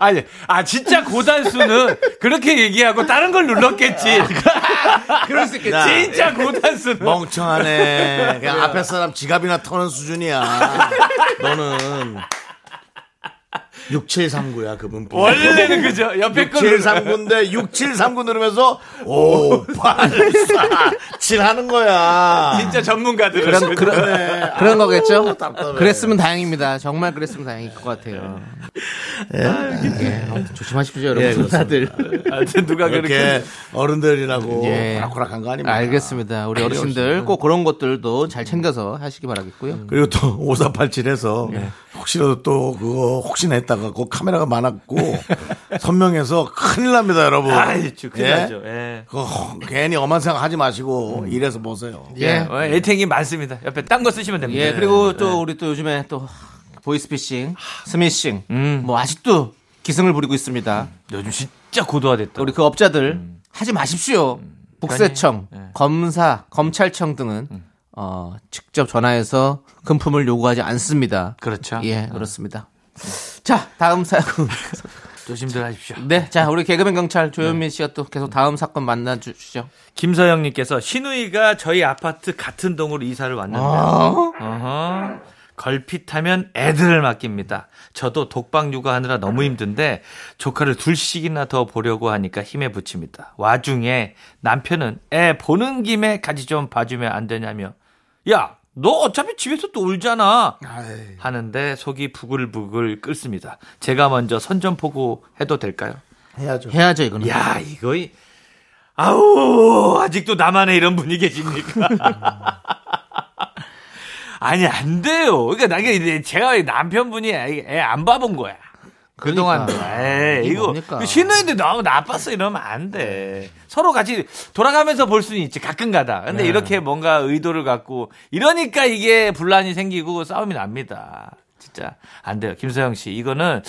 아니, 아, 진짜 고단수는 그렇게 얘기하고 다른 걸 눌렀겠지. 아, 그럴 수 있겠지. 예. 진짜 고단수는. 멍청하네. 그냥 앞에 사람 지갑이나 터는 수준이야. 너는 6739야 그분. 원래는 그죠. 옆에 걸. 6739인데 6739 누르면서 5, 8, 4, 7 하는 거야. 진짜 전문가들은. 네. 그런 그런 그런 거겠죠. 답답해. 그랬으면 다행입니다. 정말 그랬으면 다행일 것 같아요. 예, 아무튼 조심하십시오, 네. 예, 여러분. 그렇습니다. 다들. 하여튼 아, 누가 그렇게. 이렇게 어른들이라고 예. 호락호락한 거 아닙니까? 알겠습니다. 우리 어르신들 꼭 그런 것들도 잘 챙겨서 하시기 바라겠고요. 그리고 또 5487에서 혹시라도 또 그거 혹시나 했다가 그 카메라가 많았고 선명해서 큰일 납니다, 여러분. 아이, 주 큰일 예? 나죠. 예. 그거 허- 괜히 엄한 생각 하지 마시고 이래서 보세요. 예. 어, 애탱이 많습니다. 옆에 딴 거 쓰시면 됩니다. 네. 예, 그리고 또 우리 또 요즘에 또 보이스피싱, 스미싱, 음. 뭐 아직도 기승을 부리고 있습니다. 요즘 진짜 고도화됐다. 우리 그 업자들 음. 하지 마십시오. 국세청, 예. 검사, 검찰청 등은 음. 어, 직접 전화해서 금품을 요구하지 않습니다. 그렇죠. 예, 그렇습니다. 자, 다음 사연. 조심들 하십시오. 네, 자, 우리 개그맨 경찰 네. 조현민 씨가 또 계속 다음 사건 만나주시죠. 김서영님께서 신우이가 저희 아파트 같은 동으로 이사를 왔는데요. 어허. 걸핏하면 애들을 맡깁니다. 저도 독방 육아하느라 너무 힘든데 조카를 둘씩이나 더 보려고 하니까 힘에 부칩니다. 와중에 남편은 애 보는 김에 같이 좀 봐주면 안 되냐며 야, 너 어차피 집에서 또 울잖아. 하는데 속이 부글부글 끓습니다. 제가 먼저 선전포고 해도 될까요? 해야죠. 해야죠, 이거는. 야, 이거 이- 아우 아직도 나만의 이런 분이 계십니까? 아니 안 돼요. 그러니까 나 이게 이제 제가 이 남편분이 애 안 봐본 거야. 그동안 에이, 그러니까. 이게 이거 뭡니까? 신우인데 너무 나빴어 이러면 안 돼. 서로 같이 돌아가면서 볼 수는 있지 가끔가다. 네. 근데 이렇게 뭔가 의도를 갖고 이러니까 이게 분란이 생기고 싸움이 납니다. 진짜 안 돼요, 김서영 씨. 이거는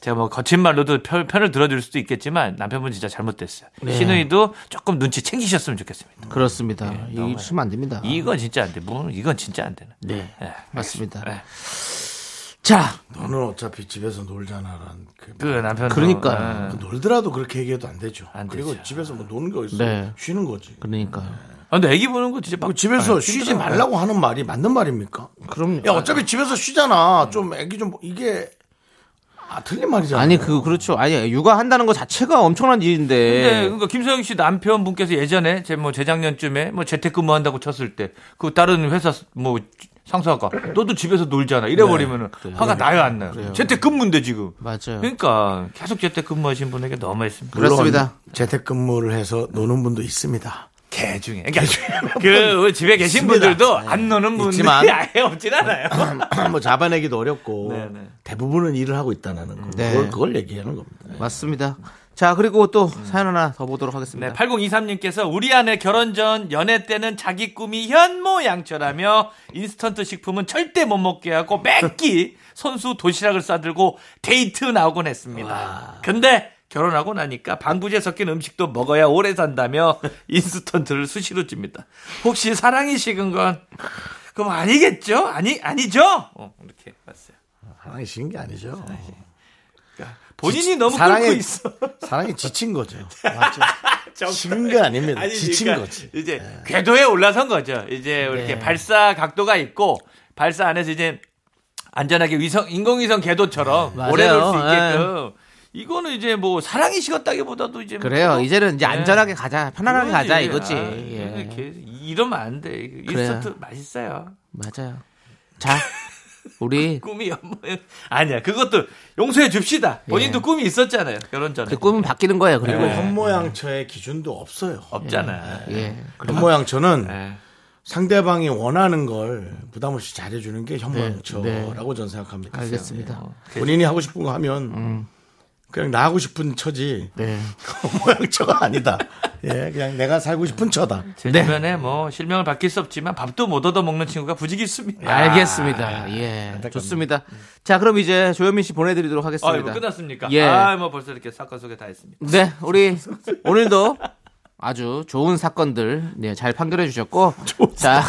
제가 뭐 거친 말로도 편, 편을 들어줄 수도 있겠지만 남편분 진짜 잘못됐어요. 네. 신우이도 조금 눈치 챙기셨으면 좋겠습니다. 그렇습니다. 이거 주시면 안 됩니다. 예, 이건 진짜 안 돼. 뭐 이건 진짜 안 되는. 네, 예. 맞습니다. 네. 자, 너는 어차피 집에서 놀잖아라는 그, 그 네. 남편. 어, 예. 그러니까요. 그 놀더라도 그렇게 얘기해도 안 되죠. 안 그리고 되죠. 집에서 뭐 노는 거 있어. 네. 쉬는 거지. 그러니까 아, 근데 애기 보는 거 진짜 막 그 집에서 쉬지 말라고 하는 말이 맞는 말입니까? 그럼요. 야, 어차피 집에서 쉬잖아. 좀 애기 좀뭐 이게 아, 틀린 말이잖아. 아니 그 그렇죠. 아니 육아한다는 것 자체가 엄청난 네, 일인데. 그러니까 김서영 씨 남편분께서 예전에 제 뭐 재작년쯤에 뭐 재택근무한다고 쳤을 때 그 다른 회사 뭐 상사가 너도 집에서 놀잖아 이래버리면은 네. 화가 나요 안 나요? 재택근무인데 지금. 맞아요. 그러니까 계속 재택근무하신 분에게 너무했습니다. 물론 그렇습니다. 재택근무를 해서 노는 분도 있습니다. 개 중에. 그러니까 그 집에 계신 있습니다. 분들도 네. 안 노는 분들이 있지만. 아예 없진 않아요. 뭐 잡아내기도 어렵고 네, 네. 대부분은 일을 하고 있다는 거. 네. 그걸, 그걸 얘기하는 겁니다. 맞습니다. 자, 그리고 또 음. 사연 하나 더 보도록 하겠습니다. 8023님께서 네, 우리 아내 결혼 전 연애 때는 자기 꿈이 현모양처라며 인스턴트 식품은 절대 못 먹게 하고 매끼 손수 도시락을 싸들고 데이트 나오곤 했습니다. 근데 결혼하고 나니까 방부제 섞인 음식도 먹어야 오래 산다며 인스턴트를 수시로 줍니다. 혹시 사랑이 식은 건 그럼 아니겠죠? 아니 아니죠? 어, 이렇게 봤어요. 사랑이 식은 게 아니죠. 본인이 지치- 너무 사랑에- 끓고 있어. 사랑이 지친 거죠. 맞죠. 식은 게 아닙니다. 아니, 지친 그러니까 거지. 이제 네. 궤도에 올라선 거죠. 이제 이렇게 발사 각도가 있고 발사 안에서 이제 안전하게 위성 인공위성 궤도처럼 네, 맞아요. 네. 오래 놀 수 있게끔 이거는 이제 뭐 사랑이 식었다기보다도 이제 뭐 그래요. 서로- 이제는 이제 네. 안전하게 가자. 편안하게 그거지. 가자 이거지. 아, 예. 이렇게 이러면 안 돼. 이거 그래요. 인스턴트 맛있어요. 맞아요. 자, 우리 꿈이 연모 아니야. 그것도 용서해 줍시다. 본인도 꿈이 있었잖아요. 결혼 전에. 예. 그 꿈은 바뀌는 거예요. 그리고 네. 그리고 현모양처의 기준도 없어요. 없잖아. 예. 현모양처는 네. 예. 상대방이 원하는 걸 부담 없이 잘해주는 게 현모양처라고 저는 생각합니다. 네. 예. 알겠습니다. 어, 음. 본인이 하고 싶은 거 하면 그냥 나 하고 싶은 처지 네. 현모양처가 아니다. 예, 그냥 내가 살고 싶은 처다. 네. 제 주변에 뭐 실명을 바뀔 수 없지만 밥도 못 얻어 먹는 친구가 부지기수입니다. 음. 알겠습니다. 아, 예. 좋습니다. 자, 그럼 이제 조현민 씨 보내드리도록 아, 하겠습니다. 이거 끝났습니까? 예. 아, 뭐 벌써 이렇게 사건 소개 다 했습니다. 네, 우리 오늘도 아주 좋은 사건들 네, 잘 판결해 주셨고 자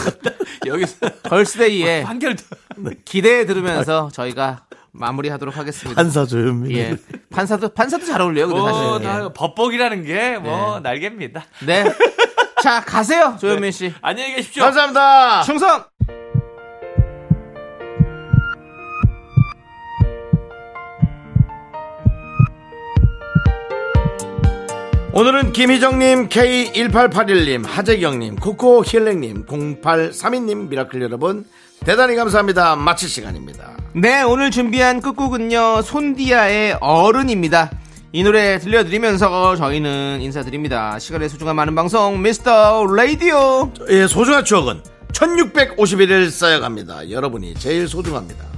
여기서 뭐 걸스데이에 판결도 아, 기대해 들으면서 저희가 마무리하도록 하겠습니다. 한사 조현민. 예, 판사도 판사도 잘 어울려요, 근데 뭐, 사실. 다 예. 법복이라는 게 뭐 날개입니다. 네, 자 가세요, 조현민 씨. 안녕히 계십시오. 감사합니다. 충성. 오늘은 김희정님, K1881님, 하재경님, 코코 힐링님, 0832님, 미라클 여러분, 대단히 감사합니다. 마칠 시간입니다. 네, 오늘 준비한 끝곡은요, 손디아의 어른입니다. 이 노래 들려드리면서 저희는 인사드립니다. 시간의 소중한 많은 방송, 미스터 라디오. 예, 소중한 추억은 1651일 쌓여갑니다. 여러분이 제일 소중합니다.